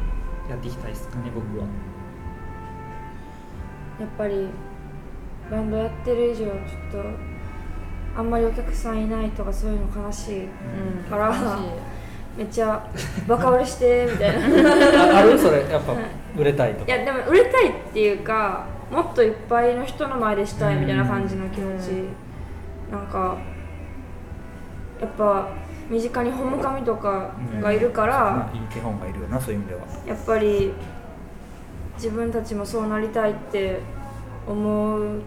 やっていきたいですかね僕は。
やっぱりバンドやってる以上ちょっとあんまりお客さんいないとかそういうの悲しい
うん
から
悲しい
めっちゃバカ売れしてみたいない
ああるそれやっぱ売れたいとか
やでも売れたいっていうかもっといっぱいの人の前でしたいみたいな感じの気持ち、なんかやっぱ身近にホムカミとかがいるから、
まあいい手本がいるよなそういう意味では
やっぱり自分たちもそうなりたいって思う
うん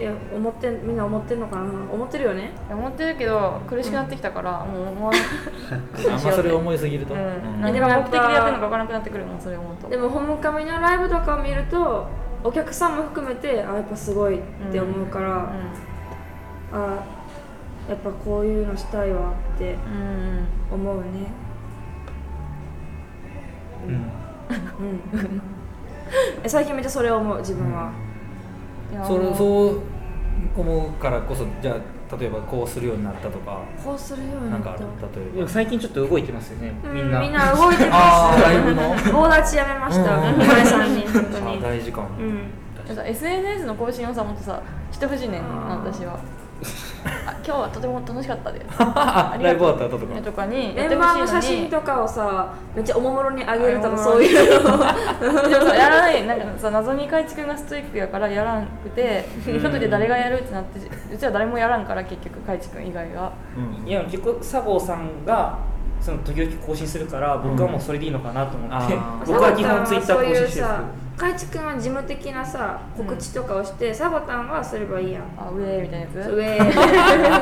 いや思ってみんな思ってんのかな思ってるよね
思ってるけど苦しくなってきたからもう思わな
(laughs) あんまそれ思いすぎると、
う
うん
ん
あ
何が目的でやってるのか分からなくなってくるもんそれ思うと
でもホムカミのライブとかを見るとお客さんも含めてあやっぱすごいって思うから、あやっぱこういうのしたいわって
うんうん
思うねうん (laughs) え最近めっちゃそれ思う自分は、
いや
そ
も
れ
う
そう思うからこそじゃあ例えばこうするようになったとか
こうするようにな
な
んった
かある例
で
え
も最近ちょっと動いてますよね
うん
みんな。
みんな動いて
あ
ま
ー
す
ライブの
棒立ちやめました
うん
前さんに本当
ばあ
に
大事かも、
うん
さ SNS の更新をさもっとさしてほしいねんな私はあ今日はとても楽しかっ
(laughs)
たです。
ライブ終わった後とか
とかに
メンバーの写真とかをさめっちゃおもむろにあげるとかそういうの
で
(laughs)
もさやらないなんかさ謎に海地君がストイックやからやらんくて一人で誰がやるってなってうちは誰もやらんから結局海地君以外が
いや結構佐合さんがその時々更新するから僕はもうそれでいいのかなと思って、
うんあー
僕は基本ツイッター更新してるんですけど
さ海地君は事務的なさ告知とかをして、サボタンはすればいいやん
あ上みたいなやつ
上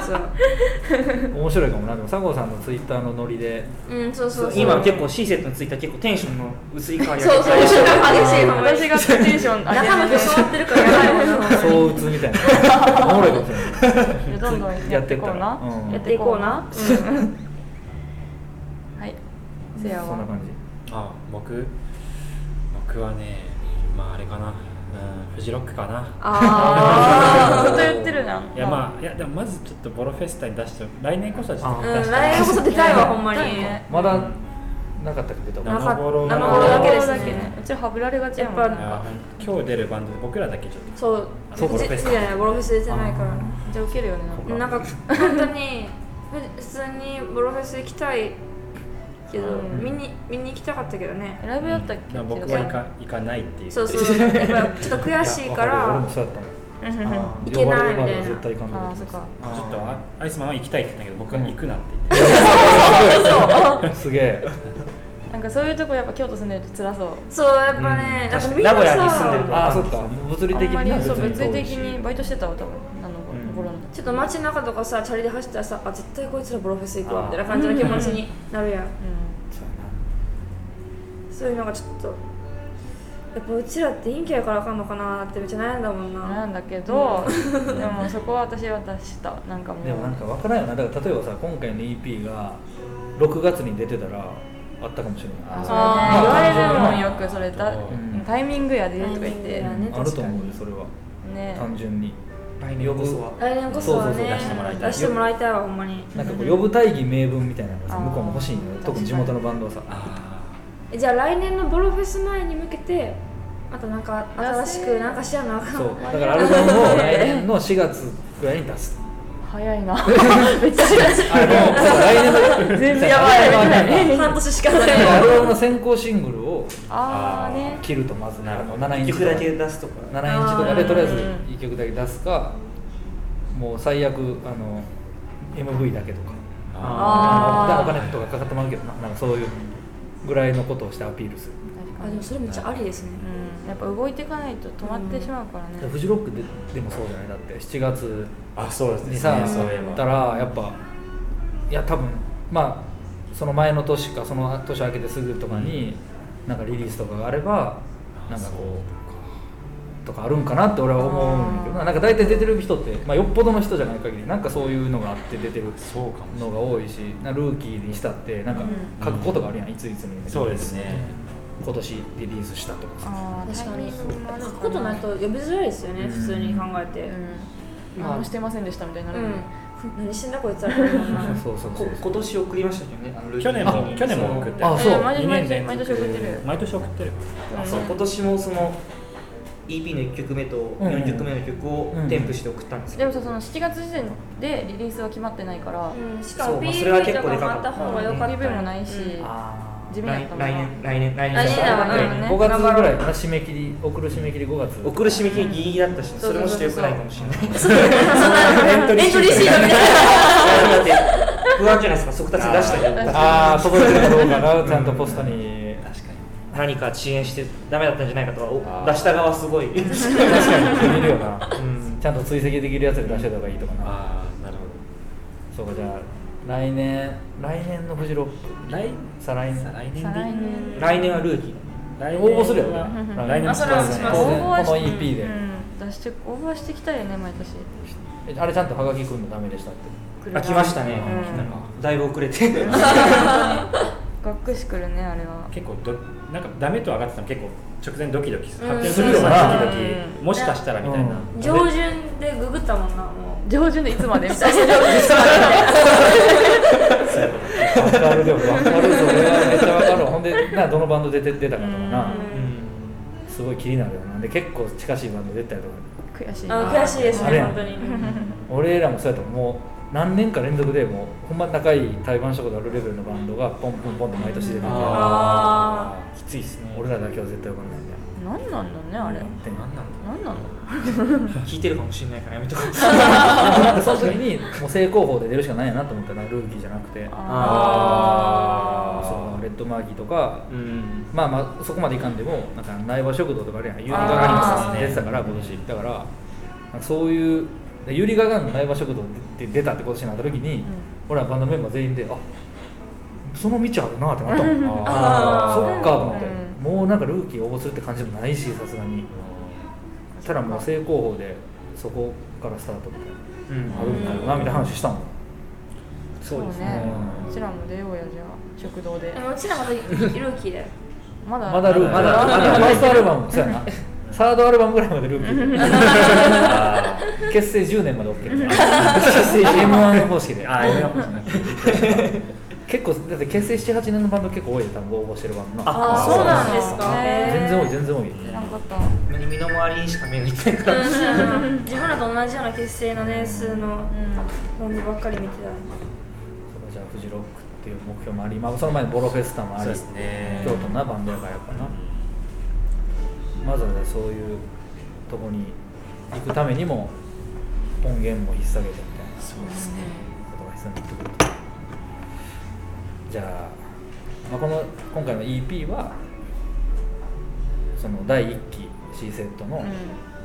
(laughs) そう
面白いかもなでも佐合さんのツイッターのノリで
うんそうそうそう
今結構シーセットのツイッター結構テンションの薄い感じ
そうそう
が
激しいの
私がテンション上げ
中の人触ってるからやばいもん
そう打つみたいなおもろいかもしれない
てどんどんやっていこうな
う
(laughs)
ん
やっていこうな、
はいせや
そんな
は
感じ
あ僕僕はねまああれかな、うん、フジロックかな
ああずっと言ってるじゃん
いやまあいやでもまずちょっとボロフェスタに出して来年こそはちょっと
う
出し
ん、
て
来年こそ出たいわほんまに
ね
まだなかったけど
なかった
生ボロが
生ボロだけです
生ボロ
ね
うちはぶられがちやもん
やっ
い
ぱ
や今日出るバンド僕らだけちょっと
そう
そうボロフェス
いやいやボロフェス出てないから
じゃあウケるよねなん
な
か
んか本当に普通にボロフェス行きたいけど、
うん
見に見に行きたかったけどね
ライブやったっけ
だから僕は行か行かないっていう
そうそうやっぱちょっと悔しいか
いや
ら
わる俺もそうやったもん
いけないみたいな
呼ばれるまで絶対行かん
あ
な
あそっか
ちょっとあアイスマンは行きたいって言ったけど僕は行くなって言って
とすげえ
なんかそういうとこやっぱ京都住んでると辛そう
そうやっぱね、なんかみん
名
な
古屋に住んでる
さ
と
ああそっか物理
あ
的
んま
に
り
な
そう物理的
遠いし
にバイトしてたわ多分あの
うん
頃の
ちょっと街中とかさチャリで走ったらさあ絶対こいつらボロフェス行くわみたいな感じの気持ちになるやん
う
そういうのがちょっとやっぱうちらって陰キャやからあかんのかなってめっちゃ悩んだもん
んな
なん
だけどでもそこは私は出したなんかもう
でもなんか分からんよなだから例えばさ今回の EP が6月に出てたらあったかもしれない
あ
あー
ー言われるもんよくそれだ
うん
タイミングやでとか
タ
言っ
イミング
て
やね
あると思うよそれは
ね
単純に
来年こそは
来年こそはね
そうそうそう
出してもらいたい
出してもらいたいわほんまに
なんかこう呼ぶ大義名分みたいなのがさ
あー
向こうも欲しいのよ
確かに
特に地元のバンドはさ
えじゃあ来年のボロフェス前に向けてまたなんか新しくなんかしやなあかん
そうだからアルバムを来年の4月ぐらいに出す
早
(laughs)
いなめっちゃ早い
あもう来年 (laughs) の
全然やば
(laughs)
い
(laughs) 半年しかな
(laughs)
い
アルバムの先行シングルを
ああね
切るとまずなるの7イン
一
チと
曲
か
だ
で
け出すとか
7インチとかでとりあえず
うん
1曲だけ出すかもう最悪あの MV だけとか
あー
あの普段お金とかかかってもらうけどななんかそういうぐらいのことをしてアピールする
確
あ
か
で
に
もそれめっちゃありですね
うんやっぱ動いていかないと止まってしまうからね
フジロックででもそうじゃないだって7月
あそうです
に
ね
さ
そういえ
行った
ば
らやっぱいや多分まあその前の年かその年明けてすぐとかになんかリリースとかがあればなんかこうとかあるんかなって俺は思うんだけどななんか大体出てる人って、まあ、よっぽどの人じゃない限りなんかそういうのがあって出てる
そうかも
のが多いしなルーキーにしたってなんか書くことがあるやん、いついつに
そうですね
今年リリースしたとかさ
ああ
確かに
ある
書くことないと呼びづらいですよね
うん
普通に考えて
うん何もしてませんでしたみたいにな
う
る
ん
よね
何死んだこいつらこんなの
そうそうそ
こ
う
今年送りましたけどねあのルーキ
去
ー
年
の時
も
に
去年も送ってる
あそう
うん毎年
二
毎年
年連
毎
続
年送ってる
毎年送ってる
あそう今年もその EP の1曲目と
うん
4曲目の曲を添付して送ったんですけ
で
ど、
もさその7月時点でリリースは決まってないから、
うんしかも
そうまあそれは
PV
結
と
構
か
で
も
か
あ
か
っ
ったた
方が良かった
PV もないし、
うん
あ
地味だっ
来
たもんな
来年来年来年
来年だわ
来年
うんね
5月ぐらいかな締め切り送る締め切り5月
送る締め切りギリギリだったし、
そうそうそう
それもちょっと良くないかもしれない
(laughs)
エントリーシ
(laughs)
ートみたいな
だって不安じゃないですか速達で出したけど
ああ届いてるかどうかなちゃんとポストに
確かに何か遅延してダメだったんじゃないかとはお出した側す
(laughs)
ごい
確かに (laughs) 見るよな
うん
ちゃんと追跡できるやつで出してた方がいいとかな
ああなるほ
そうかじゃあ来年来年のフジロック
ど来
再来年
再
再
来
来
年
年
来年はルーキー
来年
応募するよね
うん
来年
あ
も
それはします
こ
応募は
の
し
この EP で、
うん、出して応募はしてきたよね毎年
えあれちゃんとハガキくんのダメでしたって
あ来ましたね、
うん
なんかだいぶ遅れて
がっくしくるねあれは
結構どなんかダメと上がってたの結構直前ドキドキする
うん
発表するの
そう
が
そう
ドキドキもしかしたらみたいな
う
上旬でググったもんなも
上旬でいつまでみたいな
分かるでも分かるそれはめっちゃ分かるほんでなどのバンド出て出たかとかな
うん
すごい気になるよなで結構近しいバンド出たりとか
(laughs) 悔しい
あ悔しいです
あ
ね
れ
本当に
俺らもそうやったもんもう何年か連続でもうほんま高い対バンしたことあるレベルのバンドがポンポンポンと毎年出てて
あ
きついっすね
俺らだけは絶対分かんないんだよ
何なんだろうね
って
何なんだ
あれ何なの
聞いてるかもしれないからやめとこう
なんかその時にもう正攻法で出るしかないやなと思ったらルーキーじゃなくて
あ
そのレッドマーキーとか
うん
まあまあそこまでいかんでもなんか苗場食堂とかあるやんユーリガガンに出てたから今年だからなんかそういうでユーリガガンの苗場食堂って出たってことになった時に、俺らバンドメンバー全員であその道あるなってなったもん
あ
そっかと思って、もうなんかルーキー応募するって感じもないしさすがにただもう正攻法でそこからスタートみたいなあ
うん
るんだろうなみたいな話したもん、
そうですね
ね
う
う
ん
ちらも出ようやじゃあ食堂で
でもうちらまだルーキーだよ
まだ
まだルーキー
ま
ま
だ
だ
まだ
ファーストアルバムそうやなサードアルバムぐらいまでルーキー結成10年まで OK 結成 M1 方式であ M1 方式ね (laughs) 結構だって結成78年のバンド結構多いよ多分応募してるバンドな
あ
そうなんですか
全然多い全然多い
知らんかった
身の回りにしか目がいってないから
うん自分らと同じような結成の年数のバンドばっかり見てた
そうかじゃあフジロックっていう目標もあり、まあ、その前にボロフェスタもあ
そう
り
ですね
京都なバンドやからやっぱなまずはそういうとこに行くためにも音源も引っ提げてみたいなそうですねことが必要になってくるとじゃあ,、まあこの今回の EP はその第1期 C セットの、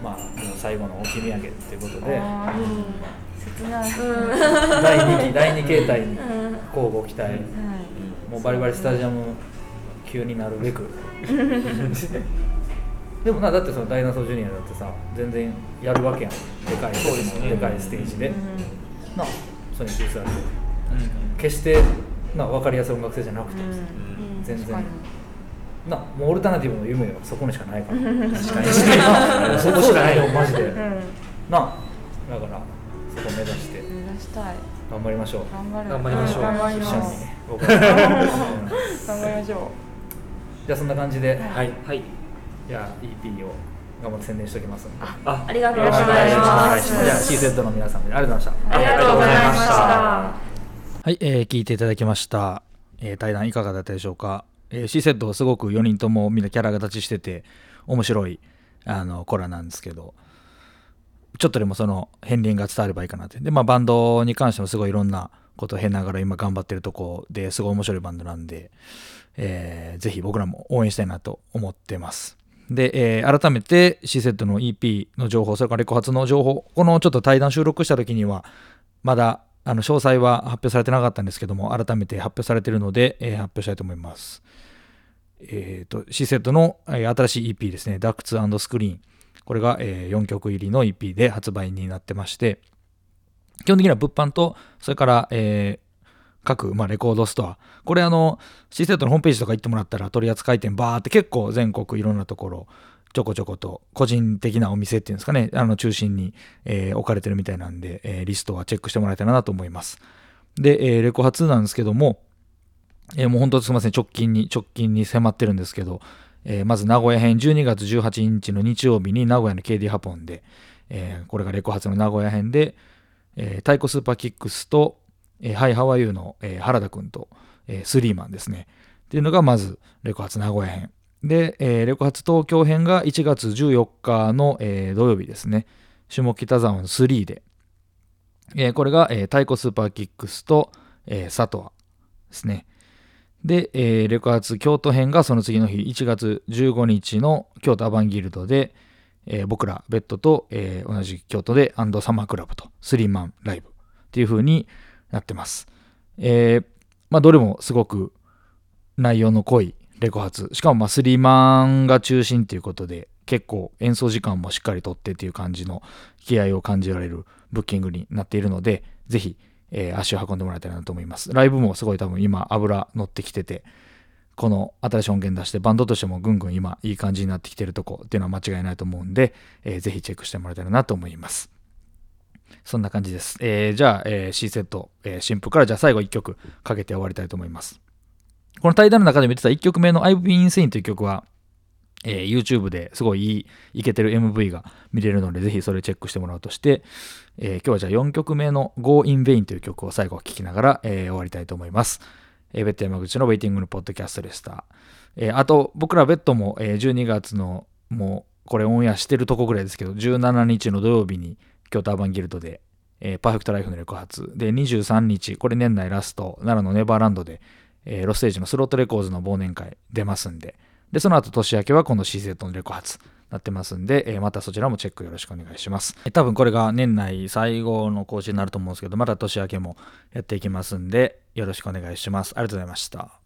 まあ、もう最後の置き土産っていうことで
あー切ない
第2期第2形態に交互期待、
はい
もうバリバリスタジアム級になるべくでもなだってそのダイナソージュニアだってさ全然やるわけやんでかいそうです、ね、でかいステージで、なあソニックスある決してな分かりやすい音楽性じゃなくて、全然なもうオルタナティブの夢はそこにしかないから確かにそこしかないよマジで、なあだからそこ目指して
目指したい
頑張りましょう
頑張る
頑張りましょう
頑張り
一
ま
緒に
す
僕
(laughs)
はうん
頑張りましょ
じゃあそんな感じで、
はいはい
じゃあ EP を頑張って宣伝しておきますんで
あ
ありがとう
よ
ご
ろ
ざい
しくお願いし
ま
ます
す
じゃあ C セットの皆さんでありがとうございました
ありがとうございました
はい、えー聞いていただきました、えー対談いかがだったでしょうか、えー、C セットはすごく4人ともみんなキャラが立ちしてて面白いあのコラなんですけどちょっとでもその片鱗が伝わればいいかなってで、まあ、バンドに関してもすごいいろんなことを経ながら今頑張ってるとこですごい面白いバンドなんで、えーぜひ僕らも応援したいなと思ってますで、えー改めて C セットの EP の情報それからレコ発の情報このちょっと対談収録した時にはまだあの詳細は発表されてなかったんですけども改めて発表されてるので、えー発表したいと思います。えっ、と C セットの、えー新しい EP ですね「ダックツスクリーン」これが、え4曲入りの EP で発売になってまして基本的には物販とそれから、えー各、まあ、レコードストアこれあの C セットのホームページとか行ってもらったら取扱店バーって結構全国いろんなところちょこちょこと個人的なお店っていうんですかねあの中心にえー置かれてるみたいなんで、えーリストはチェックしてもらえたらなと思います。で、えーレコ発なんですけども、えーもう本当すみません、直近に、直近に迫ってるんですけど、えーまず名古屋編、12月18日の日曜日に名古屋の KD ハポンで、えーこれがレコ発の名古屋編で、えー太鼓スーパーキックスと、えーハイハワイユーの、えー原田くんと、えースリーマンですね。っていうのがまず、レコ発名古屋編。で、えーレコ発東京編が1月14日の、えー土曜日ですね。下北沢の3で、えーこれが、えー太鼓スーパーキックスと、えー、サトアですね。で、えーレコ発京都編がその次の日、1月15日の京都アバンギルドで、えー僕ら、ベッドと、えー同じ京都で、アンドサマークラブと、スリーマンライブっていう風になってます。えーまあ、どれもすごく内容の濃いレコ発しかもまあスリーマンが中心ということで結構演奏時間もしっかりとってっていう感じの気合を感じられるブッキングになっているのでぜひ、えー足を運んでもらいたいなと思いますライブもすごい多分今油乗ってきててこの新しい音源出してバンドとしてもぐんぐん今いい感じになってきてるとこっていうのは間違いないと思うんで、えーぜひチェックしてもらえたらなと思いますそんな感じです、えーじゃあ、えー C セット、えー新譜からじゃあ最後1曲かけて終わりたいと思いますこの対談の中でも言ってた1曲目の I've Been Insane という曲は、えー YouTube ですごいいいイケてる MV が見れるので、ぜひそれチェックしてもらうとして、えー今日はじゃあ4曲目の Go in Vain という曲を最後聴きながら、えー終わりたいと思います。えーベッド山口のウェイティングのポッドキャストでした。えーあと、僕らベッドも、えー12月のもうこれオンエアしてるとこぐらいですけど、17日の土曜日に京都アーバンギルドで、えーパーフェクトライフの力発で23日、これ年内ラスト、奈良のネバーランドで、えーロステージのスロットレコーズの忘年会出ますんで、で、その後年明けは今度 C セットのレコ発なってますんで、えーまたそちらもチェックよろしくお願いします。えー多分これが年内最後の更新になると思うんですけど、また年明けもやっていきますんで、よろしくお願いします。ありがとうございました。